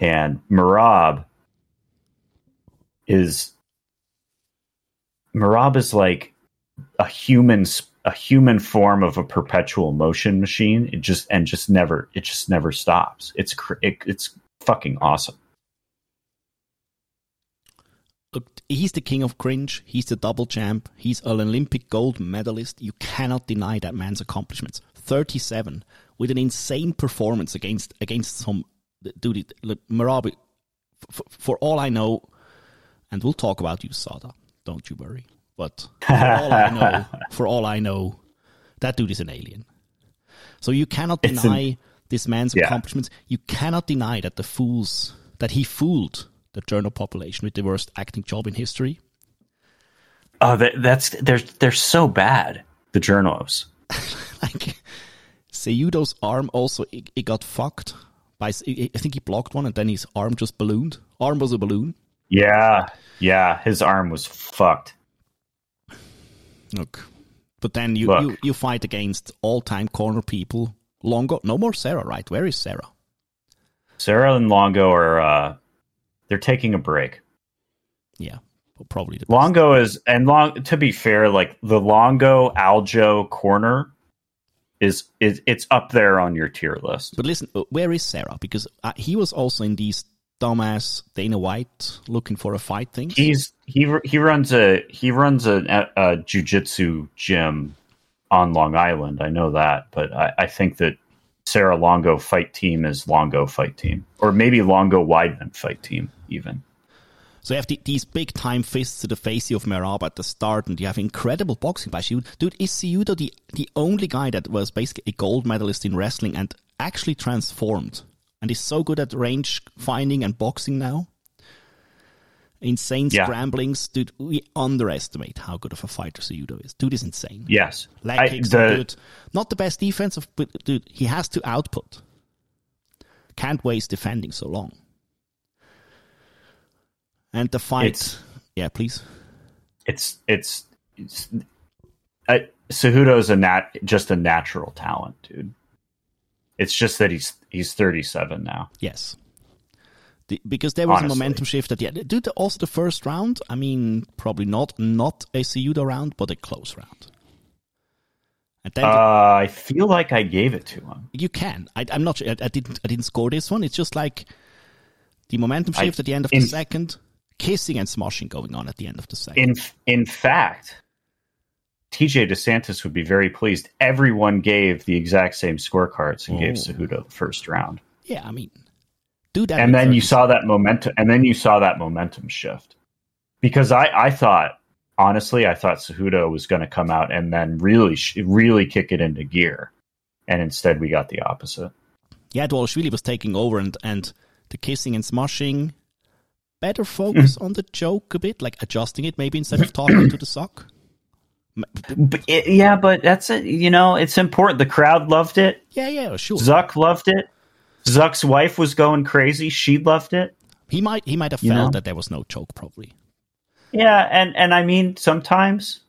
[SPEAKER 2] And Marab is Marab is like a human, sp- a human form of a perpetual motion machine. It just and just never it just never stops. It's cr- it, it's fucking awesome.
[SPEAKER 1] Look, he's the king of cringe. He's the double champ. He's an Olympic gold medalist. You cannot deny that man's accomplishments. 37 with an insane performance against against some dude. it- Look, Marabi, for, for all I know, and we'll talk about you, Sada. Don't you worry. But for all I know, for all I know, that dude is an alien. So you cannot
[SPEAKER 2] It's
[SPEAKER 1] deny this man's
[SPEAKER 2] Yeah.
[SPEAKER 1] accomplishments. You cannot deny that the fools that he fooled the journal population with the worst acting job in history.
[SPEAKER 2] Oh, that, that's they're they're so bad. The journos.
[SPEAKER 1] Like Seiyudo's arm also it, it got fucked by s- I I think he blocked one and then his arm just ballooned. Arm was a balloon.
[SPEAKER 2] Yeah, yeah. His arm was fucked.
[SPEAKER 1] Look. But then you,
[SPEAKER 2] Look.
[SPEAKER 1] you, you fight against all time corner people. Longo no more Sarah, right? Where is Sarah?
[SPEAKER 2] Sarah and Longo are uh, they're taking a break.
[SPEAKER 1] Yeah. Probably the best.
[SPEAKER 2] Longo is and long to be fair, like the Longo Aljo corner is is it's up there on your tier list.
[SPEAKER 1] But listen, uh, where is Sarah? Because uh, he was also in these dumbass Dana White looking for a fight things.
[SPEAKER 2] He's he he runs a he runs a, a, a jujitsu gym on Long Island. I know that, but I, I think that Sarah Longo fight team is Longo fight team, or maybe Longo Weidman fight team even.
[SPEAKER 1] So you have the, these big time fists to the face of Merab at the start, and you have incredible boxing by Shiudo. Dude, is Shiudo the, the only guy that was basically a gold medalist in wrestling and actually transformed and is so good at range finding and boxing now? Insane
[SPEAKER 2] Yeah.
[SPEAKER 1] scramblings. Dude, we underestimate how good of a fighter Shiudo is. Dude is insane.
[SPEAKER 2] Yes,
[SPEAKER 1] Leg
[SPEAKER 2] I-
[SPEAKER 1] kicks
[SPEAKER 2] the-
[SPEAKER 1] are good. Not the best defensive, but dude, he has to output. Can't waste defending so long. And the fight.
[SPEAKER 2] It's-
[SPEAKER 1] yeah, please.
[SPEAKER 2] it's it's, it's I, Cejudo's a nat just a natural talent, dude. It's just that he's he's 37 now.
[SPEAKER 1] Yes. The, because there was
[SPEAKER 2] Honestly.
[SPEAKER 1] a momentum shift at the end. Dude, also the first round, I mean, probably not not a Ciuda round, but a close round. And then
[SPEAKER 2] Uh, I feel like I gave it to him.
[SPEAKER 1] you can. I, I'm not. sure. I, I didn't. I didn't score this one. It's just like the momentum
[SPEAKER 2] I-
[SPEAKER 1] shift at the end of
[SPEAKER 2] in-
[SPEAKER 1] the second, kissing and smashing going on at the end of the second.
[SPEAKER 2] In in fact, TJ DeSantis would be very pleased. Everyone gave the exact same scorecards and gave Cejudo the first round.
[SPEAKER 1] yeah, I mean, do that.
[SPEAKER 2] and
[SPEAKER 1] with
[SPEAKER 2] then
[SPEAKER 1] 30
[SPEAKER 2] you saw that momentum and then you saw that momentum shift because i i thought honestly i thought Cejudo was going to come out and then really sh- really kick it into gear and instead we got the opposite
[SPEAKER 1] Yeah, Dwalashvili was taking over, and and the kissing and smashing. Better
[SPEAKER 2] Mm.
[SPEAKER 1] focus on the joke a bit, like adjusting it maybe instead of talking to the sock. M-
[SPEAKER 2] but it, yeah but that's it you know it's important the crowd loved it
[SPEAKER 1] Yeah, yeah, sure.
[SPEAKER 2] zuck loved it zuck's wife was going crazy she loved it
[SPEAKER 1] He might he might have
[SPEAKER 2] You
[SPEAKER 1] felt
[SPEAKER 2] know?
[SPEAKER 1] that there was no joke, probably.
[SPEAKER 2] yeah and and i mean sometimes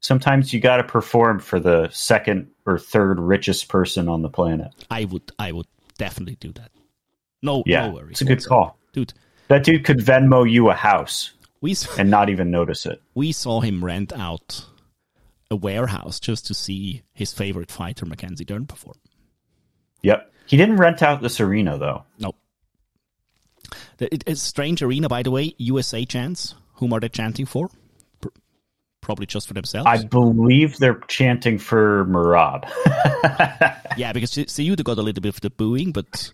[SPEAKER 2] sometimes you got to perform for the second or third richest person on the planet
[SPEAKER 1] I would I would definitely do that. No,
[SPEAKER 2] yeah
[SPEAKER 1] no worries.
[SPEAKER 2] it's a good
[SPEAKER 1] whatsoever.
[SPEAKER 2] call
[SPEAKER 1] dude.
[SPEAKER 2] That dude could Venmo you a house
[SPEAKER 1] We s-
[SPEAKER 2] and not even notice it.
[SPEAKER 1] we saw him rent out a warehouse just to see his favorite fighter Mackenzie Dern perform.
[SPEAKER 2] Yep. He didn't rent out this arena though.
[SPEAKER 1] No. The- it- It's strange arena, by the way. USA chants. Whom are they chanting for? Pr- Probably just for themselves.
[SPEAKER 2] I believe they're chanting for Marab.
[SPEAKER 1] yeah, because Se- Seiyuda got a little bit of the booing, but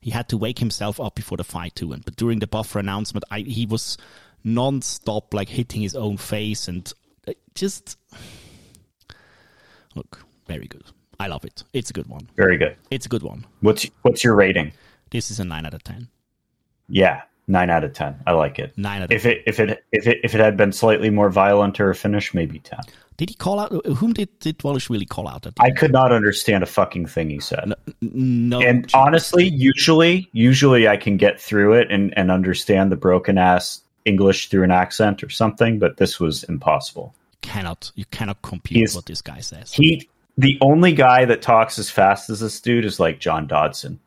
[SPEAKER 1] he had to wake himself up before the fight too. And but during the buffer announcement, I, he was non-stop like hitting his own face and uh, just look very good. I love it. It's a good one.
[SPEAKER 2] Very good.
[SPEAKER 1] It's a good one.
[SPEAKER 2] What's what's your rating?
[SPEAKER 1] This is a nine out of ten.
[SPEAKER 2] Yeah, nine out of ten. I like it.
[SPEAKER 1] Nine out of
[SPEAKER 2] If it if it if it if it had been slightly more violent or a finish, maybe ten.
[SPEAKER 1] Did he call out? Whom did did Wallace really call out? At the
[SPEAKER 2] I could not understand a fucking thing he said.
[SPEAKER 1] end? no.
[SPEAKER 2] and
[SPEAKER 1] chance.
[SPEAKER 2] honestly, usually usually I can get through it and, and understand the broken ass English through an accent or something, but this was impossible.
[SPEAKER 1] cannot you cannot compute
[SPEAKER 2] He's-
[SPEAKER 1] what this guy says.
[SPEAKER 2] he the only guy that talks as fast as this dude is like John Dodson.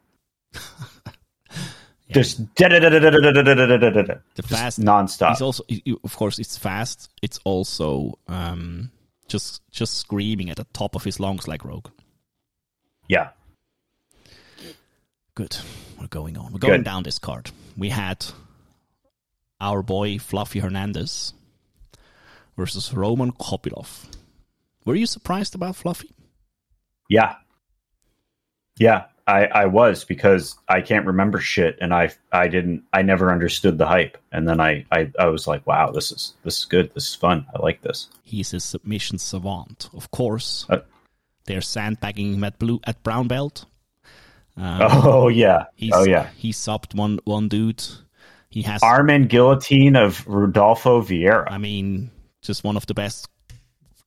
[SPEAKER 2] Just da da da da da da da da da da da
[SPEAKER 1] the fast.
[SPEAKER 2] nonstop.
[SPEAKER 1] He's also, he- he- of course, it's fast. It's also um, just just screaming at the top of his lungs like Rogue.
[SPEAKER 2] Yeah.
[SPEAKER 1] Good. We're going on. We're going
[SPEAKER 2] Good.
[SPEAKER 1] down this card. We had our boy Fluffy Hernandez versus Roman Kopilov. Were you surprised about Fluffy?
[SPEAKER 2] Yeah. Yeah, I, I was because I can't remember shit and I I didn't I never understood the hype. And then I, I, I was like, wow, this is this is good. This is fun. I like this.
[SPEAKER 1] He's a submission savant. Of course,
[SPEAKER 2] Uh.
[SPEAKER 1] they're sandbagging him at blue at brown belt.
[SPEAKER 2] Oh yeah.
[SPEAKER 1] He's,
[SPEAKER 2] oh yeah.
[SPEAKER 1] He subbed one one dude. He has
[SPEAKER 2] Armin Guillotine of Rodolfo Vieira.
[SPEAKER 1] I mean, just one of the best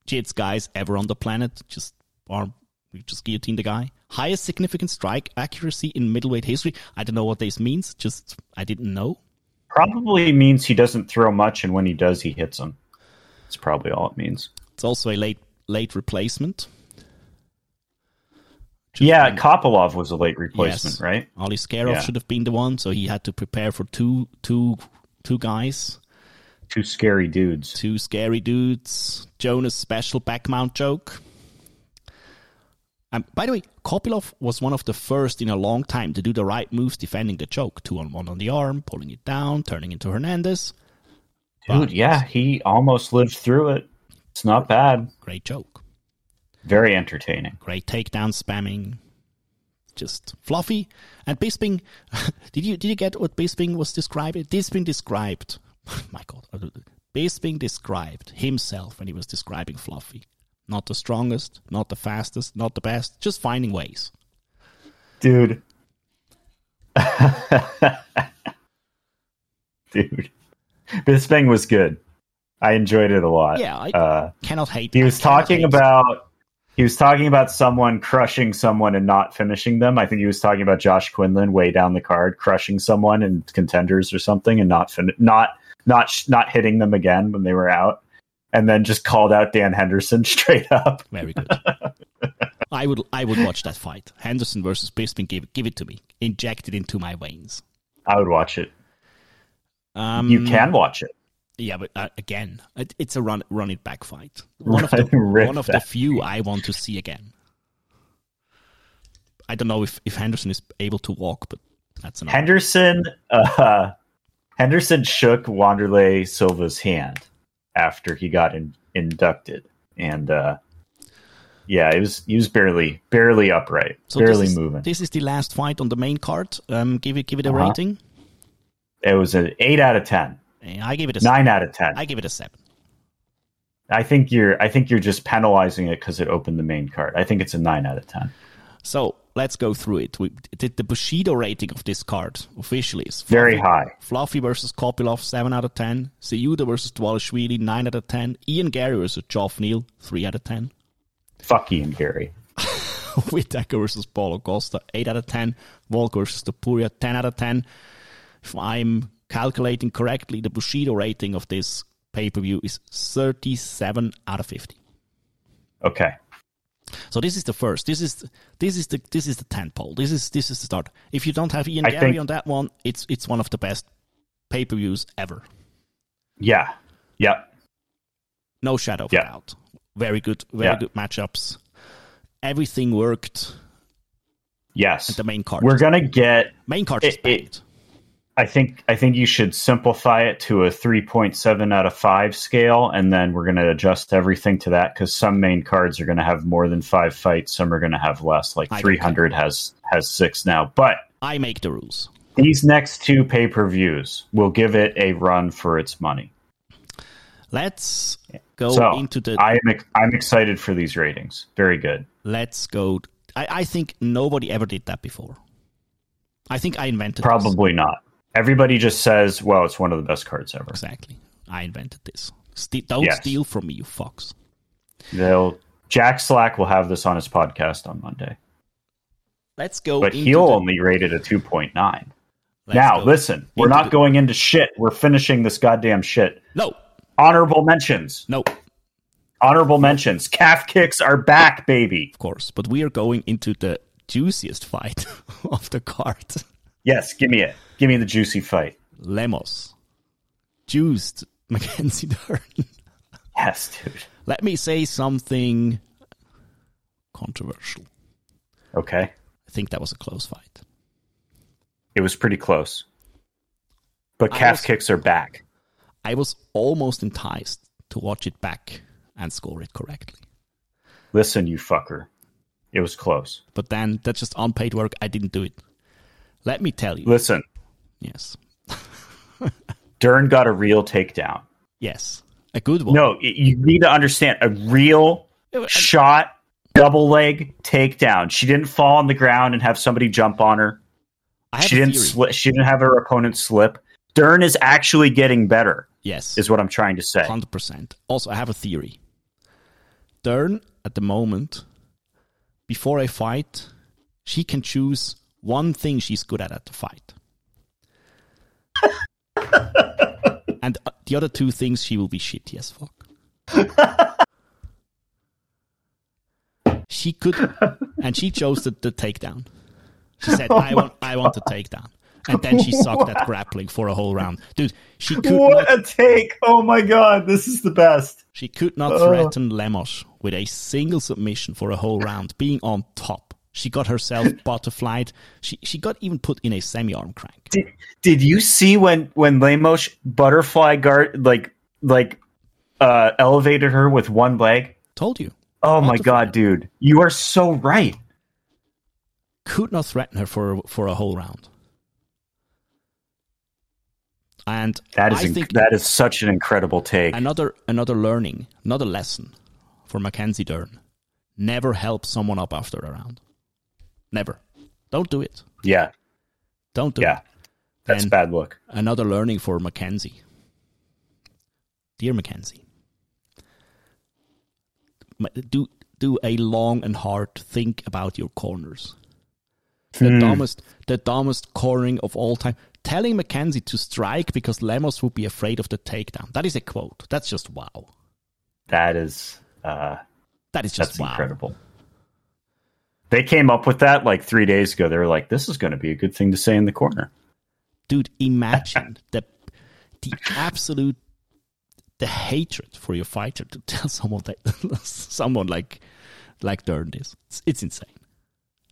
[SPEAKER 1] jits guys ever on the planet. Just arm, you just guillotine the guy. Highest significant strike accuracy in middleweight history. I don't know what this means. Just I didn't know.
[SPEAKER 2] Probably means he doesn't throw much and when he does he hits him. That's probably all it means.
[SPEAKER 1] It's also a late late replacement.
[SPEAKER 2] yeah, Kopilov was a late replacement,
[SPEAKER 1] Yes.
[SPEAKER 2] right?
[SPEAKER 1] Ali Skarov
[SPEAKER 2] Yeah.
[SPEAKER 1] should have been the one, so he had to prepare for two two two guys,
[SPEAKER 2] Two scary dudes.
[SPEAKER 1] two scary dudes. Jonas special back mount joke. Um, by the way, Kopilov was one of the first in a long time to do the right moves defending the choke. Two on one on the arm, pulling it down, turning into Hernandez.
[SPEAKER 2] Dude, yeah, he almost lived through it. It's not bad.
[SPEAKER 1] Great joke.
[SPEAKER 2] Very entertaining.
[SPEAKER 1] Great takedown spamming. Just fluffy. And Bisping, did you did you get what Bisping was describing? Bisping described, my God, Bisping described himself when he was describing Fluffy. Not the strongest, not the fastest, not the best, just finding ways.
[SPEAKER 2] Dude. Dude. This thing was good. I enjoyed it a lot.
[SPEAKER 1] Yeah, I-
[SPEAKER 2] uh,
[SPEAKER 1] Cannot hate.
[SPEAKER 2] he
[SPEAKER 1] I
[SPEAKER 2] was
[SPEAKER 1] cannot
[SPEAKER 2] talking
[SPEAKER 1] hate.
[SPEAKER 2] about he was talking about someone crushing someone and not finishing them. I think he was talking about Josh Quinlan way down the card, crushing someone and contenders or something, and not fin- not not sh- not hitting them again when they were out, and then just called out Dan Henderson straight up.
[SPEAKER 1] Very good. I would I would watch that fight. Henderson versus Bisping, give give it to me. Inject it into my veins.
[SPEAKER 2] I would watch it.
[SPEAKER 1] Um,
[SPEAKER 2] You can watch it.
[SPEAKER 1] Yeah, but uh, again, it, it's a run run it back fight. One of the
[SPEAKER 2] Rip
[SPEAKER 1] one of the
[SPEAKER 2] that.
[SPEAKER 1] few I want to see again. I don't know if, if Henderson is able to walk, but that's another.
[SPEAKER 2] Henderson uh, Henderson shook Wanderlei Silva's hand after he got in, inducted, and uh, yeah, he was he was barely barely upright,
[SPEAKER 1] So
[SPEAKER 2] barely
[SPEAKER 1] this is,
[SPEAKER 2] moving.
[SPEAKER 1] This is the last fight on the main card. Um, give it give it a
[SPEAKER 2] Uh-huh.
[SPEAKER 1] rating.
[SPEAKER 2] It was an eight out of ten,
[SPEAKER 1] Eh, I give it a
[SPEAKER 2] nine out of ten.
[SPEAKER 1] I
[SPEAKER 2] I,
[SPEAKER 1] give it a seven.
[SPEAKER 2] think you're I think you're just penalizing it because it opened the main card. I think it's a nine out of ten.
[SPEAKER 1] So let's go through it. We did the Bushido rating of this card officially is
[SPEAKER 2] Very
[SPEAKER 1] Fluffy-
[SPEAKER 2] high.
[SPEAKER 1] Fluffy versus Kopilov, 7 out of 10. Seuda versus Dwalishvili, 9 out of 10. Ian Gary versus Geoff Neal, 3 out of 10.
[SPEAKER 2] Fuck Ian Gary.
[SPEAKER 1] Whitaker versus Paulo Costa, 8 out of 10. Volk versus Tapuria, 10 out of 10. If I'm calculating correctly, the Bushido rating of this pay per view is 37 out of 50.
[SPEAKER 2] Okay.
[SPEAKER 1] So this is the first. This is this is the this is the tentpole. This is this is the start. If you don't have Ian
[SPEAKER 2] I
[SPEAKER 1] Gary
[SPEAKER 2] think-
[SPEAKER 1] on that one, it's it's one of the best pay per views ever.
[SPEAKER 2] Yeah. Yep.
[SPEAKER 1] No shadow of
[SPEAKER 2] Yeah.
[SPEAKER 1] a doubt. Very good, very
[SPEAKER 2] Yeah.
[SPEAKER 1] good matchups. Everything worked.
[SPEAKER 2] Yes.
[SPEAKER 1] The main card,
[SPEAKER 2] We're gonna get
[SPEAKER 1] main card is
[SPEAKER 2] it- it-
[SPEAKER 1] banged.
[SPEAKER 2] I think I think you should simplify it to a three point seven out of five scale, and then we're going to adjust everything to that because some main cards are going to have more than five fights, some are going to have less. Like
[SPEAKER 1] I don't
[SPEAKER 2] three hundred has has six now, but
[SPEAKER 1] I make the rules.
[SPEAKER 2] these next two pay per views will give it a run for its money.
[SPEAKER 1] Let's go
[SPEAKER 2] so
[SPEAKER 1] into the.
[SPEAKER 2] I am ex- I'm excited for these ratings. Very good.
[SPEAKER 1] let's go. I, I think nobody ever did that before. I think I invented this.
[SPEAKER 2] Probably not. Everybody just says, "Well, it's one of the best cards ever."
[SPEAKER 1] exactly. I invented this. Ste- don't
[SPEAKER 2] Yes.
[SPEAKER 1] steal from me, you fox.
[SPEAKER 2] They'll Jack Slack will have this on his podcast on Monday,
[SPEAKER 1] Let's go.
[SPEAKER 2] but
[SPEAKER 1] into
[SPEAKER 2] he'll
[SPEAKER 1] the-
[SPEAKER 2] only rate it a two point nine.
[SPEAKER 1] let's
[SPEAKER 2] now,
[SPEAKER 1] go.
[SPEAKER 2] listen, we're
[SPEAKER 1] Into
[SPEAKER 2] not
[SPEAKER 1] the-
[SPEAKER 2] going into shit. We're finishing this goddamn shit.
[SPEAKER 1] No,
[SPEAKER 2] Honorable mentions.
[SPEAKER 1] no, of
[SPEAKER 2] Honorable mentions. Calf kicks are back, baby.
[SPEAKER 1] course. But we are going into the juiciest fight of the card.
[SPEAKER 2] Yes, give me it. Give me the juicy fight.
[SPEAKER 1] Lemos, juiced Mackenzie Dern.
[SPEAKER 2] Yes, dude.
[SPEAKER 1] Let me say something controversial.
[SPEAKER 2] Okay.
[SPEAKER 1] I think that was a close fight.
[SPEAKER 2] It was pretty close. But
[SPEAKER 1] I
[SPEAKER 2] calf
[SPEAKER 1] was-
[SPEAKER 2] kicks are back.
[SPEAKER 1] I was almost enticed to watch it back and score it correctly.
[SPEAKER 2] Listen, you fucker. It was close.
[SPEAKER 1] But then that's just unpaid work. I didn't do it. Let me tell you.
[SPEAKER 2] Listen,
[SPEAKER 1] Yes.
[SPEAKER 2] Dern got a real takedown.
[SPEAKER 1] Yes. A good one.
[SPEAKER 2] No, y- you need to understand a real
[SPEAKER 1] Uh,
[SPEAKER 2] shot, double leg takedown. She didn't fall on the ground and have somebody jump on her.
[SPEAKER 1] I have
[SPEAKER 2] She
[SPEAKER 1] a
[SPEAKER 2] didn't
[SPEAKER 1] theory.
[SPEAKER 2] sli- she didn't have her opponent slip. Dern is actually getting better,
[SPEAKER 1] yes.
[SPEAKER 2] is what I'm trying to say.
[SPEAKER 1] Hundred percent. Also, I have a theory. Dern, at the moment, before a fight, she can choose one thing she's good at at the fight, and uh, the other two things she will be shitty as fuck. she could, and she chose the, the takedown. She said, "I want, I want the takedown," and then she sucked at grappling for a whole round, dude. She could not
[SPEAKER 2] a take! Oh my god, this is the best.
[SPEAKER 1] she could not
[SPEAKER 2] Oh.
[SPEAKER 1] threaten Lemos with a single submission for a whole round, being on top. She got herself butterflied. She she got even put in a semi arm crank.
[SPEAKER 2] Did, did you see when when Lemos butterfly guard like like uh elevated her with one leg?
[SPEAKER 1] Told you.
[SPEAKER 2] Oh my
[SPEAKER 1] Butterfly.
[SPEAKER 2] god, dude. You are so right.
[SPEAKER 1] Could not threaten her for for a whole round. And
[SPEAKER 2] That is
[SPEAKER 1] I
[SPEAKER 2] inc-
[SPEAKER 1] think
[SPEAKER 2] that is such an incredible take.
[SPEAKER 1] another another learning, another lesson for Mackenzie Dern. Never help someone up after a round. Never. Don't do it.
[SPEAKER 2] Yeah.
[SPEAKER 1] Don't do it.
[SPEAKER 2] Yeah. That's
[SPEAKER 1] And-
[SPEAKER 2] bad look.
[SPEAKER 1] another learning for Mackenzie. Dear Mackenzie, Ma- do do a long and hard think about your corners. The dumbest, the dumbest cornering of all time. Telling Mackenzie to strike because Lemos would be afraid of the takedown. That is a quote. That's just wow.
[SPEAKER 2] That is uh
[SPEAKER 1] That is just
[SPEAKER 2] that's
[SPEAKER 1] wow.
[SPEAKER 2] incredible. They came up with that like three days ago. They were like, "This is going to be a good thing to say in the corner."
[SPEAKER 1] dude imagine the the absolute the hatred for your fighter to tell someone that someone like like Dern this it's, it's insane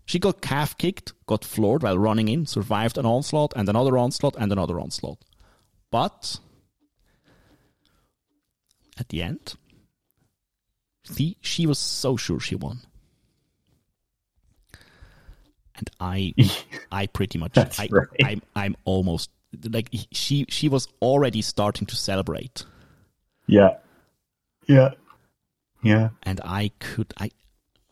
[SPEAKER 1] she got calf kicked got floored while running in survived an onslaught and another onslaught and another onslaught but at the end see she was so sure she won and i i pretty much
[SPEAKER 2] That's
[SPEAKER 1] I,
[SPEAKER 2] right.
[SPEAKER 1] i'm i'm almost like she she was already starting to celebrate
[SPEAKER 2] Yeah, yeah, yeah.
[SPEAKER 1] and i could i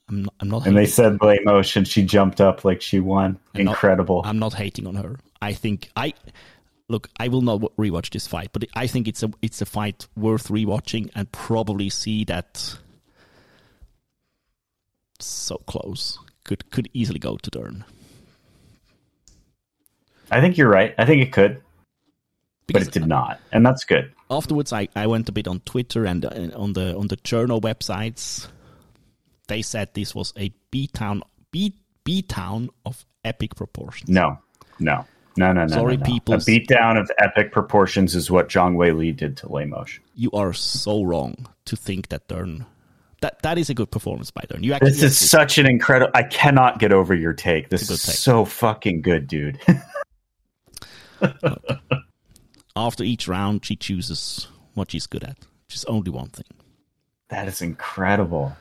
[SPEAKER 1] i'm not, I'm not
[SPEAKER 2] And they
[SPEAKER 1] hating-
[SPEAKER 2] said blame motion. She jumped up like she won.
[SPEAKER 1] I'm not-
[SPEAKER 2] Incredible.
[SPEAKER 1] i'm not hating on her i think i look i will not rewatch this fight but i think it's a it's a fight worth rewatching and probably see that so close could could easily go to Dern
[SPEAKER 2] I think you're right. I think it could, but
[SPEAKER 1] Because-
[SPEAKER 2] it did not, and that's good.
[SPEAKER 1] afterwards I, I went a bit on twitter and uh, on the on the journal websites they said this was a b town b b town of epic proportions
[SPEAKER 2] No, no, no, no, no.
[SPEAKER 1] Sorry,
[SPEAKER 2] no, no.
[SPEAKER 1] people.
[SPEAKER 2] A beatdown of epic proportions is what Zhang Wei Li did to Lemos.
[SPEAKER 1] you are so wrong to think that Dern that that is a good performance by Dern you actually
[SPEAKER 2] This is such an incredible. I cannot get over your take. This
[SPEAKER 1] It's a
[SPEAKER 2] is
[SPEAKER 1] good take.
[SPEAKER 2] so fucking good, dude.
[SPEAKER 1] after each round she chooses what she's good at just only one thing
[SPEAKER 2] that is incredible.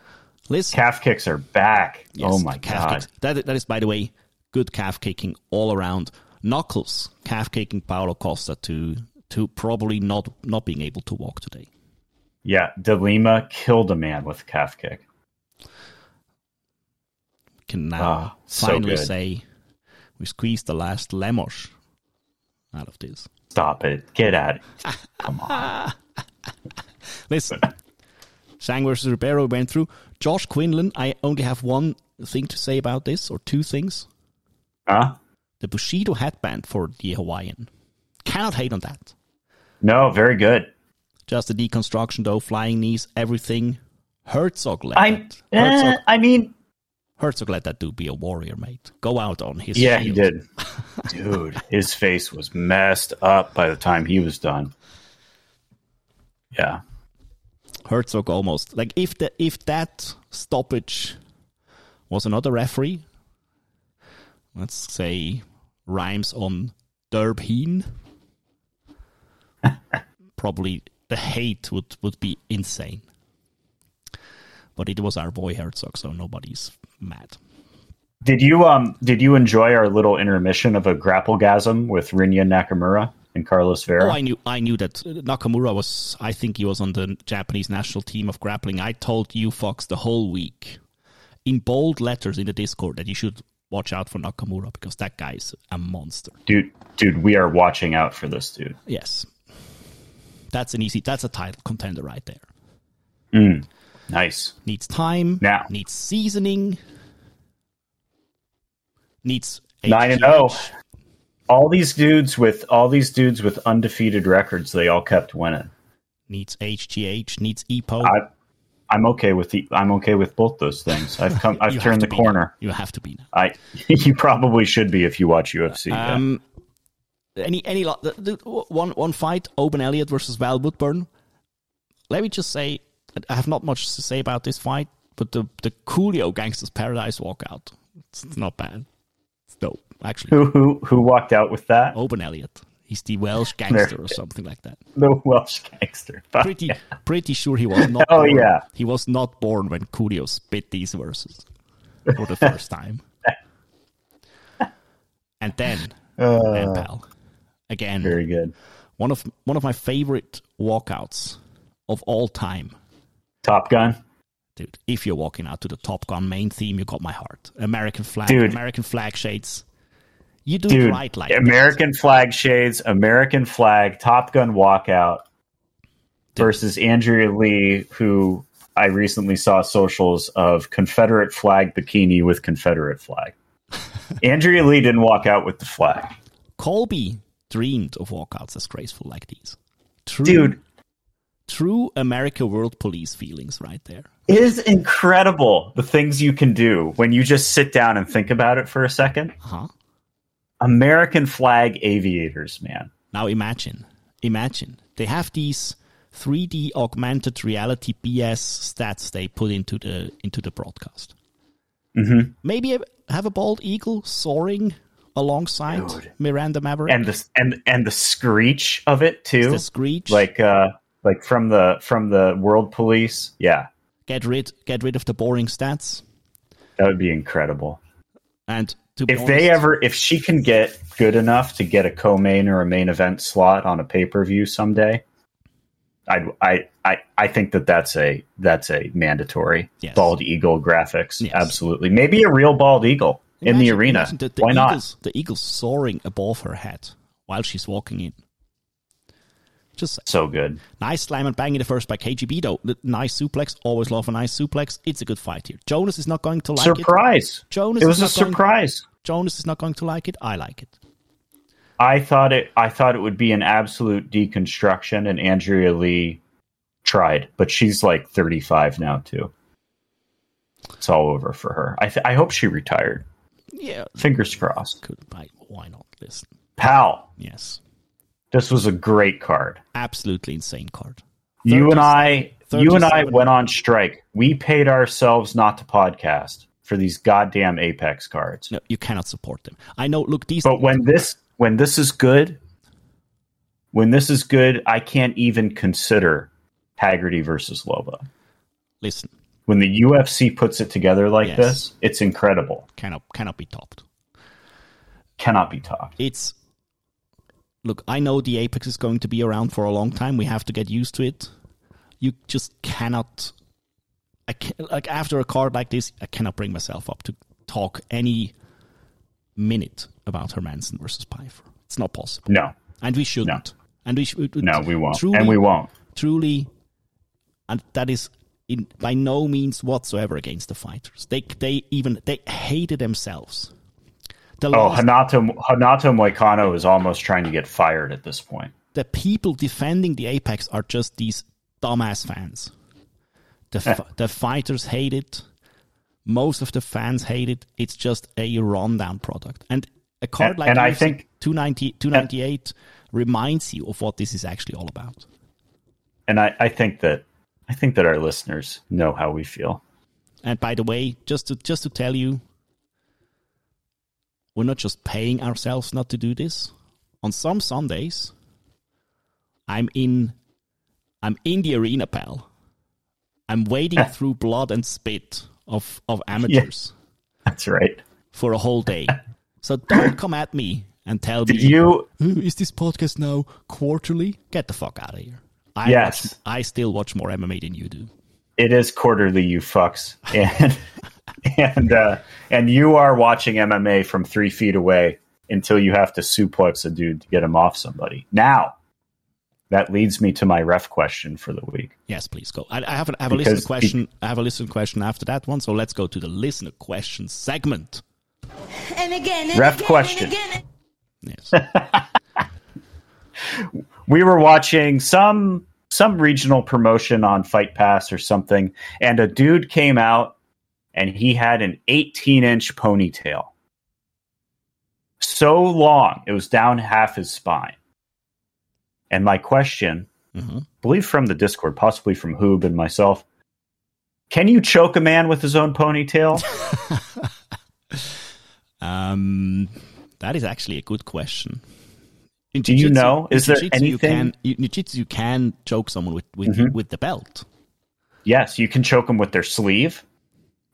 [SPEAKER 1] listen
[SPEAKER 2] calf kicks are back.
[SPEAKER 1] Yes,
[SPEAKER 2] oh my
[SPEAKER 1] calf
[SPEAKER 2] god.
[SPEAKER 1] kicks. That that is, by the way, good calf kicking all around. Knuckles calf kicking Paolo Costa to to probably not not being able to walk today.
[SPEAKER 2] Yeah, De Lima killed a man with a calf kick.
[SPEAKER 1] Can now
[SPEAKER 2] Ah, so
[SPEAKER 1] finally
[SPEAKER 2] good.
[SPEAKER 1] say we squeezed the last Lemos out of this.
[SPEAKER 2] Stop it. Get at it.
[SPEAKER 1] Listen, Sang versus Ribeiro went through. Josh Quinlan, I only have one thing to say about this, or two things.
[SPEAKER 2] Huh?
[SPEAKER 1] The Bushido headband for the Hawaiian. Cannot hate on that.
[SPEAKER 2] No, very good.
[SPEAKER 1] just the deconstruction though, flying knees, everything. Herzog let
[SPEAKER 2] I
[SPEAKER 1] that. Herzog,
[SPEAKER 2] eh, I mean
[SPEAKER 1] Herzog let that dude be a warrior, mate. Go out on his
[SPEAKER 2] Yeah, he
[SPEAKER 1] shield.
[SPEAKER 2] did. Dude, his face was messed up by the time he was done. Yeah.
[SPEAKER 1] Herzog almost. Like if the if that stoppage was another referee, let's say rhymes on Derbheen, probably the hate would, would be insane. But it was our boy Herzog, so nobody's mad.
[SPEAKER 2] Did you um did you enjoy our little intermission of a grapplegasm with Rinya Nakamura and Carlos Vera?
[SPEAKER 1] Oh, I knew I knew that Nakamura was. I think he was on the Japanese national team of grappling. I told you Fox the whole week in bold letters in the Discord that you should watch out for Nakamura because that guy's a monster.
[SPEAKER 2] dude, dude, we are watching out for this dude.
[SPEAKER 1] Yes, that's an easy. That's a title contender right there.
[SPEAKER 2] Nice.
[SPEAKER 1] Needs time.
[SPEAKER 2] Now.
[SPEAKER 1] needs seasoning. Needs a
[SPEAKER 2] Nine and
[SPEAKER 1] huge-
[SPEAKER 2] oh. All these dudes with all these dudes with undefeated records, they all kept winning.
[SPEAKER 1] Needs HGH. Needs E EPO.
[SPEAKER 2] I I'm okay with the I'm okay with both those things. I've come I've
[SPEAKER 1] You have
[SPEAKER 2] turned
[SPEAKER 1] to
[SPEAKER 2] the
[SPEAKER 1] be now.
[SPEAKER 2] corner.
[SPEAKER 1] You have to be now.
[SPEAKER 2] I you probably should be if you watch UFC. yeah.
[SPEAKER 1] Um, any any lo- the, the, one one fight Oban Elliott versus Val Woodburn. Let me just say I have not much to say about this fight, but the the Coolio Gangsters Paradise walkout. It's, it's not bad. It's dope actually.
[SPEAKER 2] Who who who walked out with that?
[SPEAKER 1] Oban Elliott. He's the Welsh gangster or something like that.
[SPEAKER 2] The Welsh gangster. Fuck
[SPEAKER 1] Pretty
[SPEAKER 2] yeah.
[SPEAKER 1] pretty sure he was not.
[SPEAKER 2] Oh,
[SPEAKER 1] born.
[SPEAKER 2] yeah.
[SPEAKER 1] he was not born when Coolio spit these verses for the first time. and then
[SPEAKER 2] Uh.
[SPEAKER 1] and pal again.
[SPEAKER 2] Very good.
[SPEAKER 1] one of one of my favorite walkouts of all time,
[SPEAKER 2] Top Gun.
[SPEAKER 1] dude. If you're walking out to the Top Gun main theme, you got my heart. American flag,
[SPEAKER 2] Dude.
[SPEAKER 1] American flag shades. You do it
[SPEAKER 2] Dude,
[SPEAKER 1] right like
[SPEAKER 2] American flag shades, American flag, Top Gun walkout versus Andrea Lee, who I recently saw socials of Confederate flag bikini with Confederate flag. Andrea Lee didn't walk out with the flag.
[SPEAKER 1] that. Colby dreamed of walkouts as graceful like these. True,
[SPEAKER 2] Dude,
[SPEAKER 1] True America World Police feelings right there.
[SPEAKER 2] it is incredible the things you can do when you just sit down and think about it for a second.
[SPEAKER 1] Uh huh.
[SPEAKER 2] American flag aviators, man.
[SPEAKER 1] Now imagine, imagine they have these 3D augmented reality BS stats they put into the into the broadcast. Mm-hmm. Maybe have a bald eagle soaring alongside
[SPEAKER 2] Dude.
[SPEAKER 1] Miranda Maverick.
[SPEAKER 2] And the and and the screech of it too.
[SPEAKER 1] the screech,
[SPEAKER 2] like uh like from the from the world police yeah
[SPEAKER 1] get rid get rid of the boring stats.
[SPEAKER 2] that would be incredible
[SPEAKER 1] And to be
[SPEAKER 2] if they
[SPEAKER 1] honest-
[SPEAKER 2] ever if she can get good enough to get a co-main or a main event slot on a pay-per-view someday I'd, i i i think that that's a that's a mandatory
[SPEAKER 1] Yes.
[SPEAKER 2] bald eagle graphics
[SPEAKER 1] Yes.
[SPEAKER 2] absolutely maybe a real bald eagle in the
[SPEAKER 1] imagine-
[SPEAKER 2] arena
[SPEAKER 1] imagine the, the
[SPEAKER 2] why not
[SPEAKER 1] eagles, The eagle soaring above her head while she's walking in. Just
[SPEAKER 2] so good
[SPEAKER 1] Nice slam and bang in the first by KGB though. The Nice suplex. Always love a nice suplex. It's a good fight here. Jonas is not going to like it.
[SPEAKER 2] surprise
[SPEAKER 1] Jonas
[SPEAKER 2] it
[SPEAKER 1] is
[SPEAKER 2] was a
[SPEAKER 1] not going-
[SPEAKER 2] surprise
[SPEAKER 1] Jonas is not going to like it. I like it.
[SPEAKER 2] I thought it. I thought it would be an absolute deconstruction, and Andrea Lee tried, but she's like 35 now too. It's all over for her. I, th- I hope she retired.
[SPEAKER 1] Yeah.
[SPEAKER 2] Fingers crossed.
[SPEAKER 1] Could I, why not? Listen.
[SPEAKER 2] Pal,
[SPEAKER 1] Yes.
[SPEAKER 2] this was a great card.
[SPEAKER 1] Absolutely insane card.
[SPEAKER 2] You and I, you and I
[SPEAKER 1] 37.
[SPEAKER 2] went on strike. We paid ourselves not to podcast for these goddamn Apex cards.
[SPEAKER 1] No, you cannot support them. I know. Look, these.
[SPEAKER 2] But when this when this is good, when this is good, I can't even consider Haggerty versus Lobo.
[SPEAKER 1] listen,
[SPEAKER 2] when the UFC puts it together like
[SPEAKER 1] Yes.
[SPEAKER 2] this, it's incredible.
[SPEAKER 1] cannot cannot be topped.
[SPEAKER 2] Cannot be topped.
[SPEAKER 1] It's. Look, I know the Apex is going to be around for a long time. We have to get used to it. You just cannot I can like after a card like this, I cannot bring myself up to talk any minute about Hermanson versus Pfeiffer. It's not possible,
[SPEAKER 2] No,
[SPEAKER 1] and we shouldn't. And we should.
[SPEAKER 2] no, we won't, and we won't.
[SPEAKER 1] Truly, and that is in by no means whatsoever against the fighters. They they even they hated themselves. The
[SPEAKER 2] Oh,
[SPEAKER 1] last,
[SPEAKER 2] Hanato Hanato Moicano is almost trying to get fired at this point.
[SPEAKER 1] the people defending the Apex are just these dumbass fans. The, f- the fighters hate it. Most of the fans hate it. It's just a rundown product. And a card
[SPEAKER 2] And-
[SPEAKER 1] like
[SPEAKER 2] and I
[SPEAKER 1] UFC
[SPEAKER 2] think-
[SPEAKER 1] 290, 298 reminds you of what this is actually all about.
[SPEAKER 2] And I, I think that I think that our listeners know how we feel.
[SPEAKER 1] And by the way, just to just to tell you, we're not just paying ourselves not to do this. On some Sundays, I'm in I'm in the arena, pal. I'm wading through blood and spit of of amateurs
[SPEAKER 2] That's right.
[SPEAKER 1] for a whole day. So don't come at me and tell
[SPEAKER 2] Did
[SPEAKER 1] me
[SPEAKER 2] you?
[SPEAKER 1] "Ooh, is this podcast now quarterly? Get the fuck out of here. I
[SPEAKER 2] Yes.
[SPEAKER 1] watch, I still watch more MMA than you do.
[SPEAKER 2] It is quarterly, you fucks, and and uh, and you are watching MMA from three feet away until you have to suplex a dude to get him off somebody. Now, that leads me to my ref question for the week.
[SPEAKER 1] Yes, please go. I, I have, a, I have a listener
[SPEAKER 2] Because the-
[SPEAKER 1] question. I have a listener question after that one. So let's go to the listener question segment.
[SPEAKER 3] And again, and
[SPEAKER 2] Ref
[SPEAKER 3] again,
[SPEAKER 2] question.
[SPEAKER 3] And again.
[SPEAKER 1] Yes.
[SPEAKER 2] we were watching some some regional promotion on Fight Pass or something, and a dude came out and he had an 18 inch ponytail. So long, it was down half his spine. And my question,
[SPEAKER 1] hmm
[SPEAKER 2] I believe from the Discord, possibly from Hoob and myself, can you choke a man with his own ponytail?
[SPEAKER 1] Um, that is actually a good question. In
[SPEAKER 2] Do you
[SPEAKER 1] jiu-jitsu-
[SPEAKER 2] know?
[SPEAKER 1] in
[SPEAKER 2] Is there
[SPEAKER 1] jiu-jitsu You
[SPEAKER 2] anything- Mm-hmm.
[SPEAKER 1] can, in jiu-jitsu, you can choke someone with with, with the belt.
[SPEAKER 2] yes, you can choke him with their sleeve.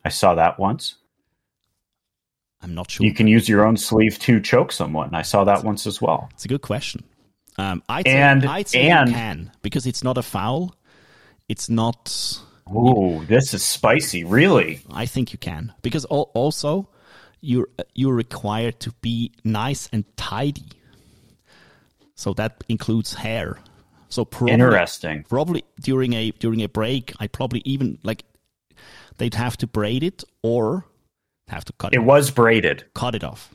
[SPEAKER 2] I saw that once.
[SPEAKER 1] I'm not sure.
[SPEAKER 2] You can use your own sleeve to choke someone. I saw that once as well.
[SPEAKER 1] It's a good question. Um, I'd
[SPEAKER 2] And-
[SPEAKER 1] say, I'd say
[SPEAKER 2] and-
[SPEAKER 1] you can because it's not a foul. It's not.
[SPEAKER 2] Ooh, this is spicy, really.
[SPEAKER 1] I think you can because al- also you're you're required to be nice and tidy. So that includes hair. So probably,
[SPEAKER 2] Interesting.
[SPEAKER 1] probably during a during a break, I probably even like they'd have to braid it or have to cut
[SPEAKER 2] It
[SPEAKER 1] it,
[SPEAKER 2] was braided.
[SPEAKER 1] cut it off.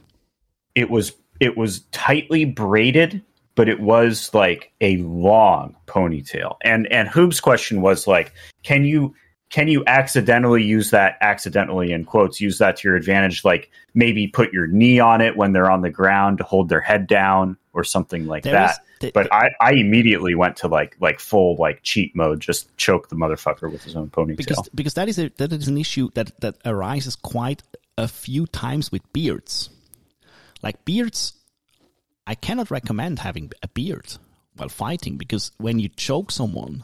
[SPEAKER 2] It was it was tightly braided, but it was like a long ponytail. And and Hoob's question was like, can you can you accidentally use that accidentally in quotes, use that to your advantage, like maybe put your knee on it when they're on the ground to hold their head down or something like
[SPEAKER 1] There
[SPEAKER 2] that.
[SPEAKER 1] is- th-
[SPEAKER 2] but I, I immediately went to like like full like cheat mode, just choke the motherfucker with his own ponytail.
[SPEAKER 1] because because that is a that is an issue that that arises quite a few times with beards. Like beards, I cannot recommend having a beard while fighting because when you choke someone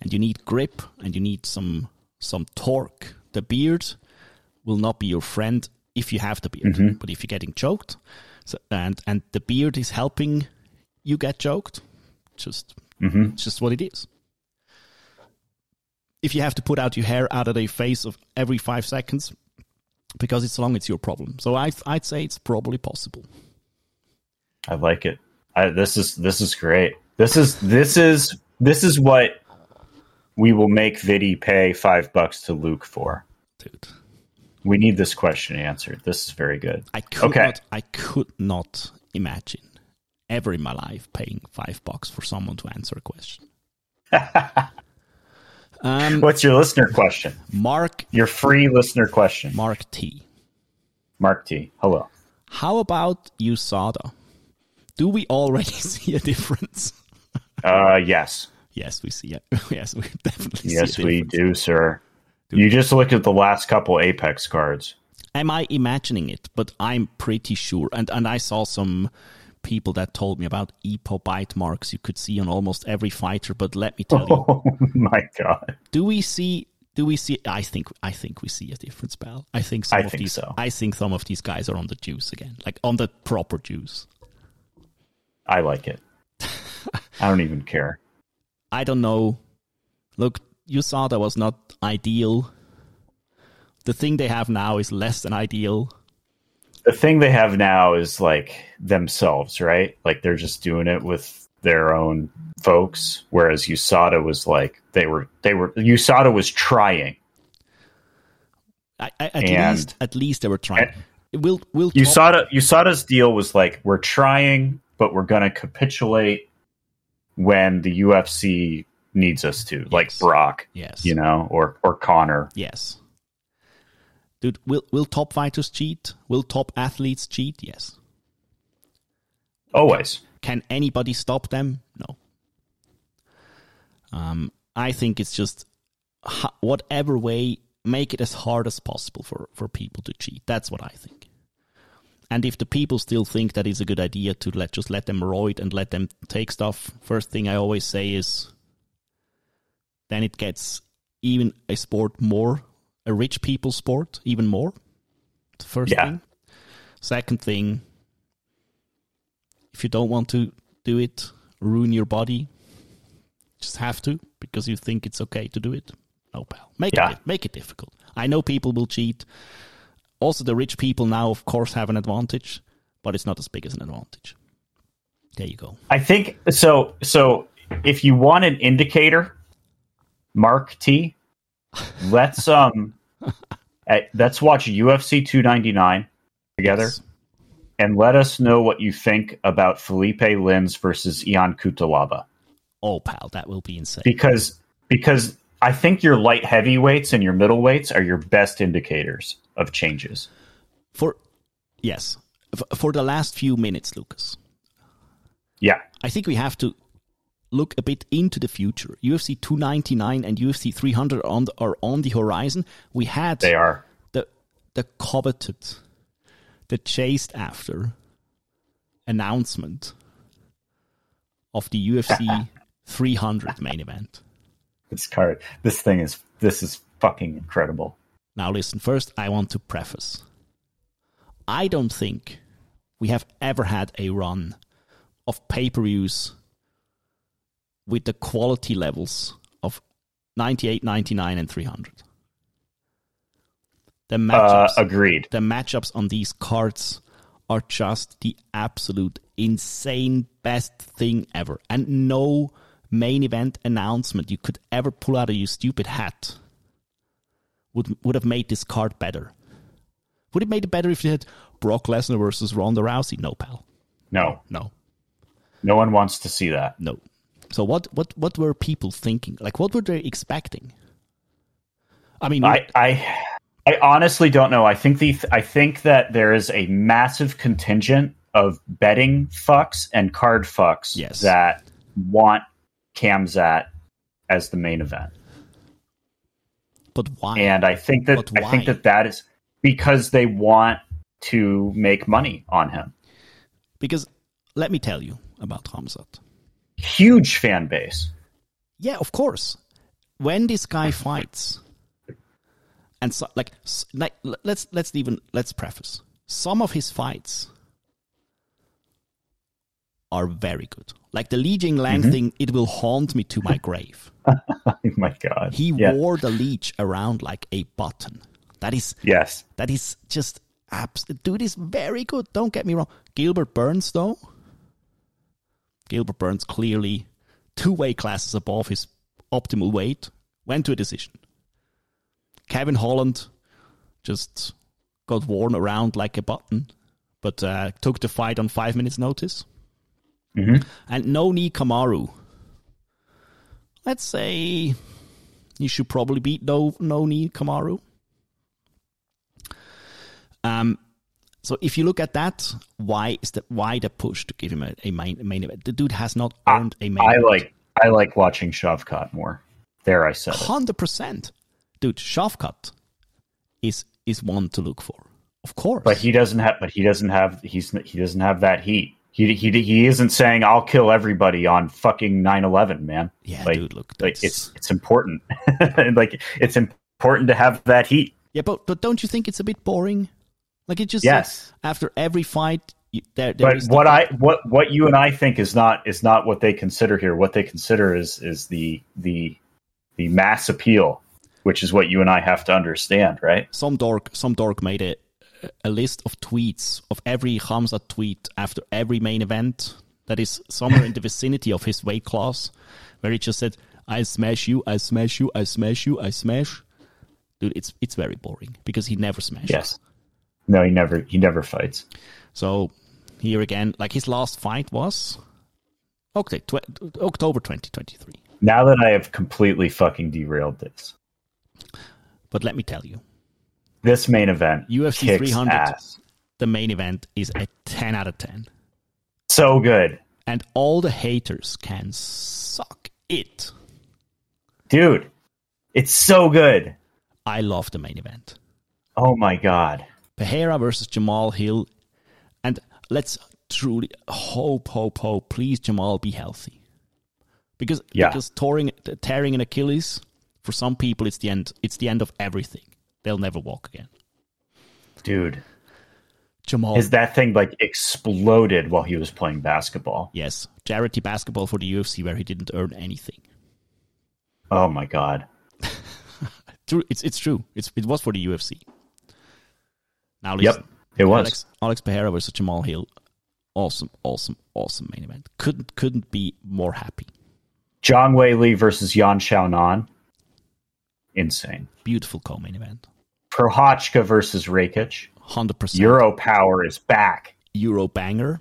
[SPEAKER 1] and you need grip and you need some some torque, the beard will not be your friend if you have the beard. But if you're getting choked, so, and and the beard is helping you get choked, just it's just what it is if you have to put out your hair out of their face of every five seconds because it's long, it's your problem. So I, I'd say it's probably possible.
[SPEAKER 2] I like it. I, this is this is great. This is this is this is what we will make Viddy pay five bucks to Luke for.
[SPEAKER 1] Dude,
[SPEAKER 2] We need this question answered. This is very good.
[SPEAKER 1] I could
[SPEAKER 2] Okay.
[SPEAKER 1] not, I could not imagine ever in my life paying five bucks for someone to answer a question. um,
[SPEAKER 2] What's your listener question?
[SPEAKER 1] Mark,
[SPEAKER 2] Your free listener question.
[SPEAKER 1] Mark T.
[SPEAKER 2] Mark T. Hello.
[SPEAKER 1] How about USADA? Do we already see a difference?
[SPEAKER 2] Uh, yes,
[SPEAKER 1] Yes, we see it. Yes, we definitely
[SPEAKER 2] yes,
[SPEAKER 1] see a
[SPEAKER 2] we
[SPEAKER 1] difference.
[SPEAKER 2] do, sir. You just looked at the last couple Apex cards.
[SPEAKER 1] am I imagining it? But I'm pretty sure. And and I saw some people that told me about EPO bite marks you could see on almost every fighter. But let me tell you,
[SPEAKER 2] Oh my god!
[SPEAKER 1] do we see? Do we see? I think I think we see a difference, pal. I think some
[SPEAKER 2] I
[SPEAKER 1] of
[SPEAKER 2] think
[SPEAKER 1] these.
[SPEAKER 2] so.
[SPEAKER 1] I think some of these guys are on the juice again, like on the proper juice.
[SPEAKER 2] I like it. I don't even care.
[SPEAKER 1] I don't know. Look, you saw that was not ideal. The thing they have now is less than ideal.
[SPEAKER 2] the thing they have now is like themselves, right? Like they're just doing it with their own folks. Whereas USADA was like they were they were USADA was trying.
[SPEAKER 1] I, I, at
[SPEAKER 2] And-
[SPEAKER 1] least, at least they were trying. We'll, we'll talk-
[SPEAKER 2] USADA USADA's deal was like we're trying, but we're gonna capitulate when the UFC needs us to, like
[SPEAKER 1] Yes.
[SPEAKER 2] Brock,
[SPEAKER 1] Yes.
[SPEAKER 2] you know, or or Connor.
[SPEAKER 1] Yes. Dude, will will top fighters cheat? Will top athletes cheat? Yes.
[SPEAKER 2] Always.
[SPEAKER 1] Can anybody stop them? No. Um, I think it's just ho- whatever way, make it as hard as possible for, for people to cheat. That's what I think. And if the people still think that it's a good idea to let just let them roid and let them take stuff, first thing I always say is, then it gets even a sport more a rich people sport even more. The first
[SPEAKER 2] Yeah.
[SPEAKER 1] thing. Second thing, if you don't want to do it, ruin your body. Just have to because you think it's okay to do it. No, pal. Make
[SPEAKER 2] Yeah.
[SPEAKER 1] it make it difficult. I know people will cheat. Also, the rich people now, of course, have an advantage, but it's not as big as an advantage. There you go.
[SPEAKER 2] I think so. So if you want an indicator, Mark T, let's um, eh, let's watch UFC 299 together
[SPEAKER 1] Yes.
[SPEAKER 2] and let us know what you think about Felipe Lins versus Ian Kutalaba
[SPEAKER 1] Oh, pal, that will be insane.
[SPEAKER 2] because because I think your light heavyweights and your middleweights are your best indicators of changes.
[SPEAKER 1] For yes, F- for the last few minutes, Lucas.
[SPEAKER 2] Yeah,
[SPEAKER 1] I think we have to look a bit into the future. UFC 299 and UFC 300 are on the, are on the horizon. We had
[SPEAKER 2] they are.
[SPEAKER 1] the the coveted, the chased after announcement of the UFC 300 main event.
[SPEAKER 2] This card, this thing is this is fucking incredible.
[SPEAKER 1] Now, listen, first, I want to preface. I don't think we have ever had a run of pay per views with the quality levels of 98, 99, and 300. The
[SPEAKER 2] Uh,
[SPEAKER 1] matchups,
[SPEAKER 2] agreed.
[SPEAKER 1] the matchups on these cards are just the absolute insane best thing ever. And no main event announcement you could ever pull out of your stupid hat would would have made this card better. Would it made it better if you had Brock Lesnar versus Ronda Rousey? No, pal.
[SPEAKER 2] No,
[SPEAKER 1] No.
[SPEAKER 2] no one wants to see that.
[SPEAKER 1] No. So what what what were people thinking? Like what were they expecting? I mean,
[SPEAKER 2] I, I, I honestly don't know. I think the I think that there is a massive contingent of betting fucks and card fucks
[SPEAKER 1] Yes.
[SPEAKER 2] that want Camzat as the main event,
[SPEAKER 1] but why?
[SPEAKER 2] and I think that
[SPEAKER 1] But
[SPEAKER 2] I think
[SPEAKER 1] why?
[SPEAKER 2] that that is because they want to make money on him.
[SPEAKER 1] Because let me tell you about Hamzat.
[SPEAKER 2] Huge fan base.
[SPEAKER 1] Yeah, of course. When this guy fights, and so, like, s- like, l- let's let's even let's preface some of his fights are very good. Like the Li Jing Lang thing, it will haunt me to my grave.
[SPEAKER 2] Oh my god.
[SPEAKER 1] He
[SPEAKER 2] Yeah.
[SPEAKER 1] wore the leech around like a button. That is
[SPEAKER 2] Yes.
[SPEAKER 1] that is just abs- dude is very good. Don't get me wrong. Gilbert Burns though, Gilbert Burns clearly two weight classes above his optimal weight went to a decision. Kevin Holland just got worn around like a button, but uh, took the fight on five minutes notice.
[SPEAKER 2] Mm-hmm.
[SPEAKER 1] And Noni Kamaru. Let's say you should probably beat no Noni Kamaru. Um, so if you look at that, why is that? Why the push to give him a, a main, main event? The dude has not earned a main.
[SPEAKER 2] I
[SPEAKER 1] event.
[SPEAKER 2] like I like watching Shavkat more. There I said it.
[SPEAKER 1] hundred percent, dude. Shavkat is is one to look for, of course.
[SPEAKER 2] But he doesn't have. But he doesn't have. He's he doesn't have that heat. He he he isn't saying I'll kill everybody on fucking 9-11, man.
[SPEAKER 1] yeah,
[SPEAKER 2] like,
[SPEAKER 1] dude, look,
[SPEAKER 2] like
[SPEAKER 1] that's,
[SPEAKER 2] it's it's important. And, like it's important to have that heat.
[SPEAKER 1] yeah, but but don't you think it's a bit boring? Like it just
[SPEAKER 2] Yes.
[SPEAKER 1] like, after every fight, you, there, there
[SPEAKER 2] But
[SPEAKER 1] is the-
[SPEAKER 2] what I what what you and I think is not is not what they consider here. What they consider is is the the the mass appeal, which is what you and I have to understand, right?
[SPEAKER 1] some dork some dork made a a list of tweets of every Hamza tweet after every main event that is somewhere in the vicinity of his weight class, where he just said, "I smash you, I smash you, I smash you, I smash." Dude, it's it's very boring because he never smashes.
[SPEAKER 2] Yes. No, he never he never fights.
[SPEAKER 1] So here again, like his last fight was okay, tw- October 2023.
[SPEAKER 2] Now that I have completely fucking derailed this,
[SPEAKER 1] But let me tell you,
[SPEAKER 2] this main event
[SPEAKER 1] UFC
[SPEAKER 2] kicks
[SPEAKER 1] 300.
[SPEAKER 2] ass.
[SPEAKER 1] the main event is a 10 out of 10.
[SPEAKER 2] so good
[SPEAKER 1] And all the haters can suck it.
[SPEAKER 2] dude It's so good.
[SPEAKER 1] I love the main event.
[SPEAKER 2] Oh my god.
[SPEAKER 1] Pereira versus Jamal Hill. And let's truly hope, hope, hope, please, Jamal, be healthy. Because,
[SPEAKER 2] Yeah.
[SPEAKER 1] because tearing, tearing an Achilles, for some people, it's the end. It's the end of everything. They'll never walk again.
[SPEAKER 2] Dude.
[SPEAKER 1] Jamal,
[SPEAKER 2] Is that thing like exploded while he was playing basketball?
[SPEAKER 1] yes, charity basketball for the UFC where he didn't earn anything.
[SPEAKER 2] Oh my god.
[SPEAKER 1] True, it's it's true. It's it was for the UFC. Now, listen.
[SPEAKER 2] Yep. It was.
[SPEAKER 1] Alex Alex Pereira versus Jamal Hill. Awesome, awesome, awesome main event. Couldn't couldn't be more happy.
[SPEAKER 2] Zhang Wei Li versus Yan Xiaonan. Insane.
[SPEAKER 1] Beautiful co-main event.
[SPEAKER 2] Prohotchka versus Rakic.
[SPEAKER 1] Hundred percent
[SPEAKER 2] Euro Power is back.
[SPEAKER 1] Euro banger.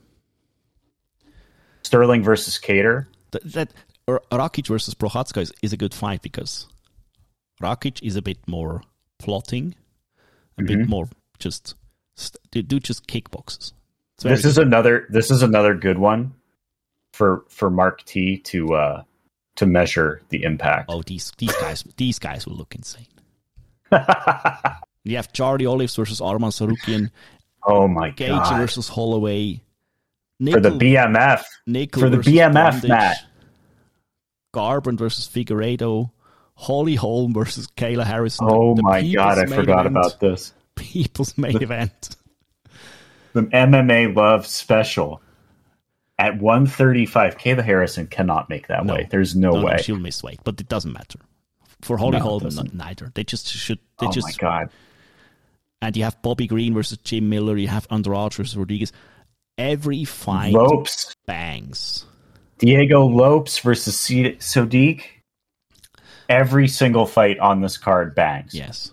[SPEAKER 2] Sterling versus Cater.
[SPEAKER 1] That, that or Rakic versus Prochazka is, is a good fight because Rakic is a bit more plotting, a bit
[SPEAKER 2] Mm-hmm.
[SPEAKER 1] more just st- they do just kickboxes. It's very
[SPEAKER 2] This is another this is another good one for for Mark T to uh to measure the impact.
[SPEAKER 1] oh these these guys these guys will look insane. Oh. You have Charlie Olives versus Arman Sarukian,
[SPEAKER 2] Oh my
[SPEAKER 1] Gage
[SPEAKER 2] god.
[SPEAKER 1] versus Holloway,
[SPEAKER 2] For
[SPEAKER 1] Nickel,
[SPEAKER 2] the BMF.
[SPEAKER 1] Nickel
[SPEAKER 2] for the
[SPEAKER 1] versus
[SPEAKER 2] BMF
[SPEAKER 1] Bondage,
[SPEAKER 2] match.
[SPEAKER 1] Garbrandt versus Figueredo, Holly Holm versus Kayla Harrison. the-
[SPEAKER 2] Oh
[SPEAKER 1] the
[SPEAKER 2] my god, I
[SPEAKER 1] people's main
[SPEAKER 2] forgot
[SPEAKER 1] event.
[SPEAKER 2] about this.
[SPEAKER 1] people's main event.
[SPEAKER 2] The MMA Love special at 135. Kayla Harrison cannot make that
[SPEAKER 1] No.
[SPEAKER 2] way. There's no,
[SPEAKER 1] No, no,
[SPEAKER 2] way.
[SPEAKER 1] she'll miss weight, but it doesn't matter. For Holly
[SPEAKER 2] No, it
[SPEAKER 1] Holm,
[SPEAKER 2] doesn't.
[SPEAKER 1] not, neither. They just should. They
[SPEAKER 2] oh my
[SPEAKER 1] just
[SPEAKER 2] god.
[SPEAKER 1] and you have Bobby Green versus Jim Miller. You have Andrade versus Rodriguez. Every fight
[SPEAKER 2] Lopes.
[SPEAKER 1] bangs.
[SPEAKER 2] Diego Lopes versus C- Sodiq. Every single fight on this card bangs.
[SPEAKER 1] Yes,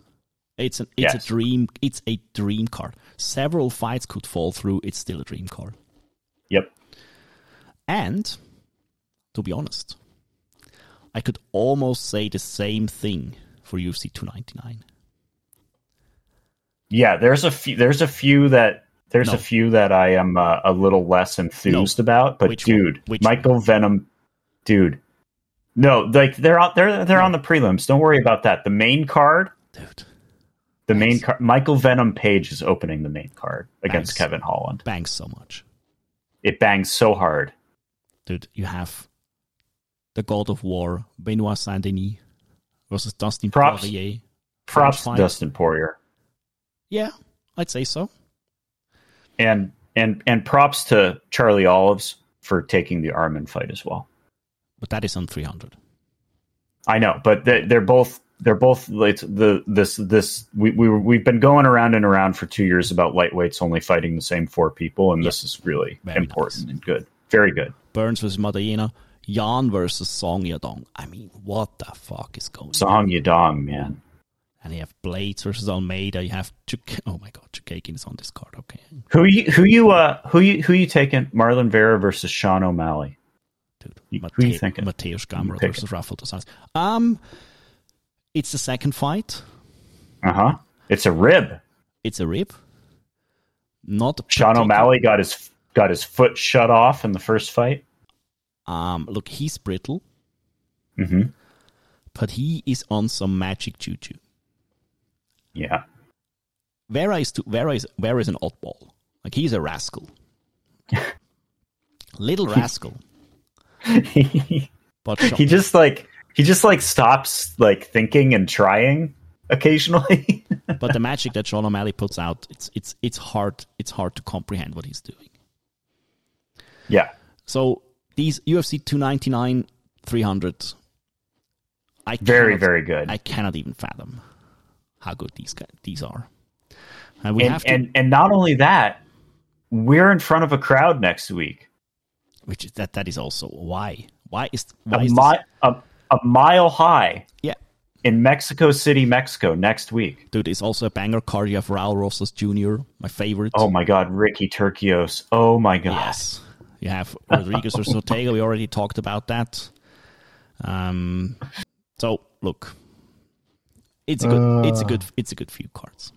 [SPEAKER 1] it's an it's
[SPEAKER 2] Yes.
[SPEAKER 1] a dream. It's a dream card. Several fights could fall through. It's still a dream card.
[SPEAKER 2] Yep.
[SPEAKER 1] And to be honest, I could almost say the same thing for UFC 299.
[SPEAKER 2] Yeah, there's a few there's a few that there's
[SPEAKER 1] No.
[SPEAKER 2] a few that I am uh, a little less enthused about, but
[SPEAKER 1] Which one?
[SPEAKER 2] dude,
[SPEAKER 1] Which
[SPEAKER 2] Michael Venom dude. No, like they're on they're they're on the prelims. Don't worry about that. The main card,
[SPEAKER 1] Dude,
[SPEAKER 2] the main card Michael Venom Page is opening the main card against
[SPEAKER 1] Nice.
[SPEAKER 2] Kevin Holland.
[SPEAKER 1] bangs so much.
[SPEAKER 2] It bangs so hard.
[SPEAKER 1] dude, you have the God of War, Benoit Saint Denis versus Dustin
[SPEAKER 2] Props.
[SPEAKER 1] Poirier.
[SPEAKER 2] Props to
[SPEAKER 1] fight.
[SPEAKER 2] Dustin Poirier.
[SPEAKER 1] Yeah, I'd say so.
[SPEAKER 2] And and and props to Charlie Olives for taking the Armin fight as well.
[SPEAKER 1] But that is on 300.
[SPEAKER 2] I know, but they- they're both they're both it's the this this we we were- we've been going around and around for two years about lightweights only fighting the same four people, and this is really
[SPEAKER 1] Very
[SPEAKER 2] important and good, very good.
[SPEAKER 1] Burns versus Madayena, Jan versus Song Yadong. I mean, what the fuck is going on?
[SPEAKER 2] Song Yadong, man,
[SPEAKER 1] And you have Blades versus Almeida. You have Chuk- Oh my god, Chukakin is on this card. Okay.
[SPEAKER 2] who you who you uh who you who you taking? Marlon Vera versus Sean O'Malley.
[SPEAKER 1] Dude,
[SPEAKER 2] You-
[SPEAKER 1] Mate-
[SPEAKER 2] who you thinking?
[SPEAKER 1] Mateusz Gamrot
[SPEAKER 2] Pick it.
[SPEAKER 1] versus Rafael dos Anjos. Um, it's the second fight.
[SPEAKER 2] Uh huh. It's a rib.
[SPEAKER 1] It's a rib. Not
[SPEAKER 2] Sean
[SPEAKER 1] particular-
[SPEAKER 2] O'Malley got his got his foot shut off in the first fight.
[SPEAKER 1] Um, look, he's brittle.
[SPEAKER 2] hmm
[SPEAKER 1] but he is on some magic juju.
[SPEAKER 2] Yeah,
[SPEAKER 1] Vera is to, Vera is Vera is an oddball. Like he's a rascal, little rascal.
[SPEAKER 2] he
[SPEAKER 1] But Sean,
[SPEAKER 2] just like he just like stops like thinking and trying occasionally.
[SPEAKER 1] but the magic that Sean O'Malley puts out, it's it's it's hard it's hard to comprehend what he's doing.
[SPEAKER 2] yeah.
[SPEAKER 1] So these UFC 299, 300, I
[SPEAKER 2] Very,
[SPEAKER 1] cannot-
[SPEAKER 2] very good.
[SPEAKER 1] I cannot even fathom how good these guys, these are. And we
[SPEAKER 2] and,
[SPEAKER 1] have to,
[SPEAKER 2] and and not only that, we're in front of a crowd next week.
[SPEAKER 1] which is, that that is also why why is
[SPEAKER 2] A,
[SPEAKER 1] why is
[SPEAKER 2] mi- a, a mile high
[SPEAKER 1] this, yeah
[SPEAKER 2] in Mexico City, Mexico next week.
[SPEAKER 1] Dude, it's also a banger card. You have Raul Rosas Jr., my favorite.
[SPEAKER 2] Oh my god, Ricky Turkios. Oh my god.
[SPEAKER 1] yes. You have Rodriguez versus Ortega. We already talked about that. Um, so look, it's a good, it's a good, it's a good few cards.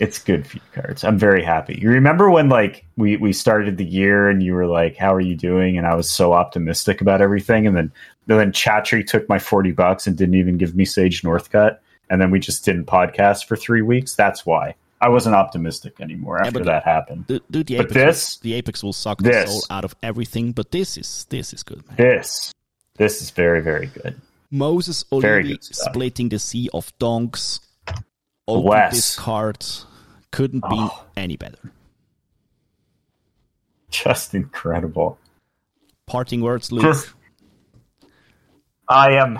[SPEAKER 2] It's good for you cards. I'm very happy. You remember when like we we started the year and you were like, "How are you doing?" and I was so optimistic about everything, and then and then Chatry took my forty bucks and didn't even give me Sage Northcutt, and then we just didn't podcast for three weeks. That's why I wasn't optimistic anymore
[SPEAKER 1] Yeah,
[SPEAKER 2] after
[SPEAKER 1] but-
[SPEAKER 2] that happened.
[SPEAKER 1] Dude, dude, the
[SPEAKER 2] But
[SPEAKER 1] apex,
[SPEAKER 2] this-
[SPEAKER 1] will, the apex will suck the
[SPEAKER 2] this-
[SPEAKER 1] soul out of everything. But this is this is good, man.
[SPEAKER 2] This this is very very good.
[SPEAKER 1] Moses
[SPEAKER 2] Very
[SPEAKER 1] already
[SPEAKER 2] good stuff.
[SPEAKER 1] splitting the sea of donks. Opened
[SPEAKER 2] Wes.
[SPEAKER 1] this card couldn't
[SPEAKER 2] Oh.
[SPEAKER 1] be any better.
[SPEAKER 2] Just incredible.
[SPEAKER 1] Parting words, Luke.
[SPEAKER 2] Just- I am.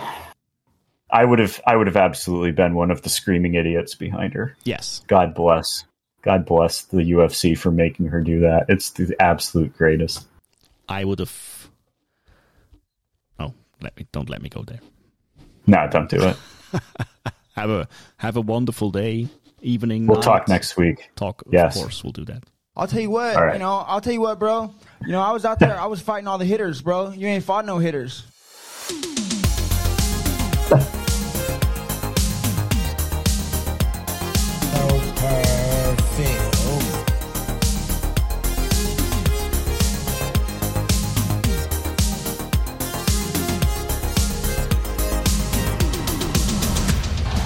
[SPEAKER 2] I would have. I would have absolutely been one of the screaming idiots behind her.
[SPEAKER 1] yes,
[SPEAKER 2] God bless. God bless the UFC for making her do that. It's the absolute greatest.
[SPEAKER 1] I would have. Oh, let me don't let me go there.
[SPEAKER 2] No, don't do it.
[SPEAKER 1] Have a have a wonderful day, evening.
[SPEAKER 2] We'll
[SPEAKER 1] night.
[SPEAKER 2] talk next week.
[SPEAKER 1] Talk,
[SPEAKER 2] Yes.
[SPEAKER 1] of course, we'll do that.
[SPEAKER 4] I'll tell you what,
[SPEAKER 2] All right.
[SPEAKER 4] you know, I'll tell you what, bro. You know, I was out there, I was fighting all the hitters, bro. You ain't fought no hitters.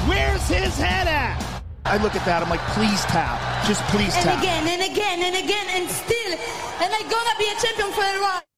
[SPEAKER 5] Where's his head at? I look at that. I'm like, please tap. Just please
[SPEAKER 3] And
[SPEAKER 5] tap.
[SPEAKER 3] again and again and again and still. And I'm gonna be a champion for a while.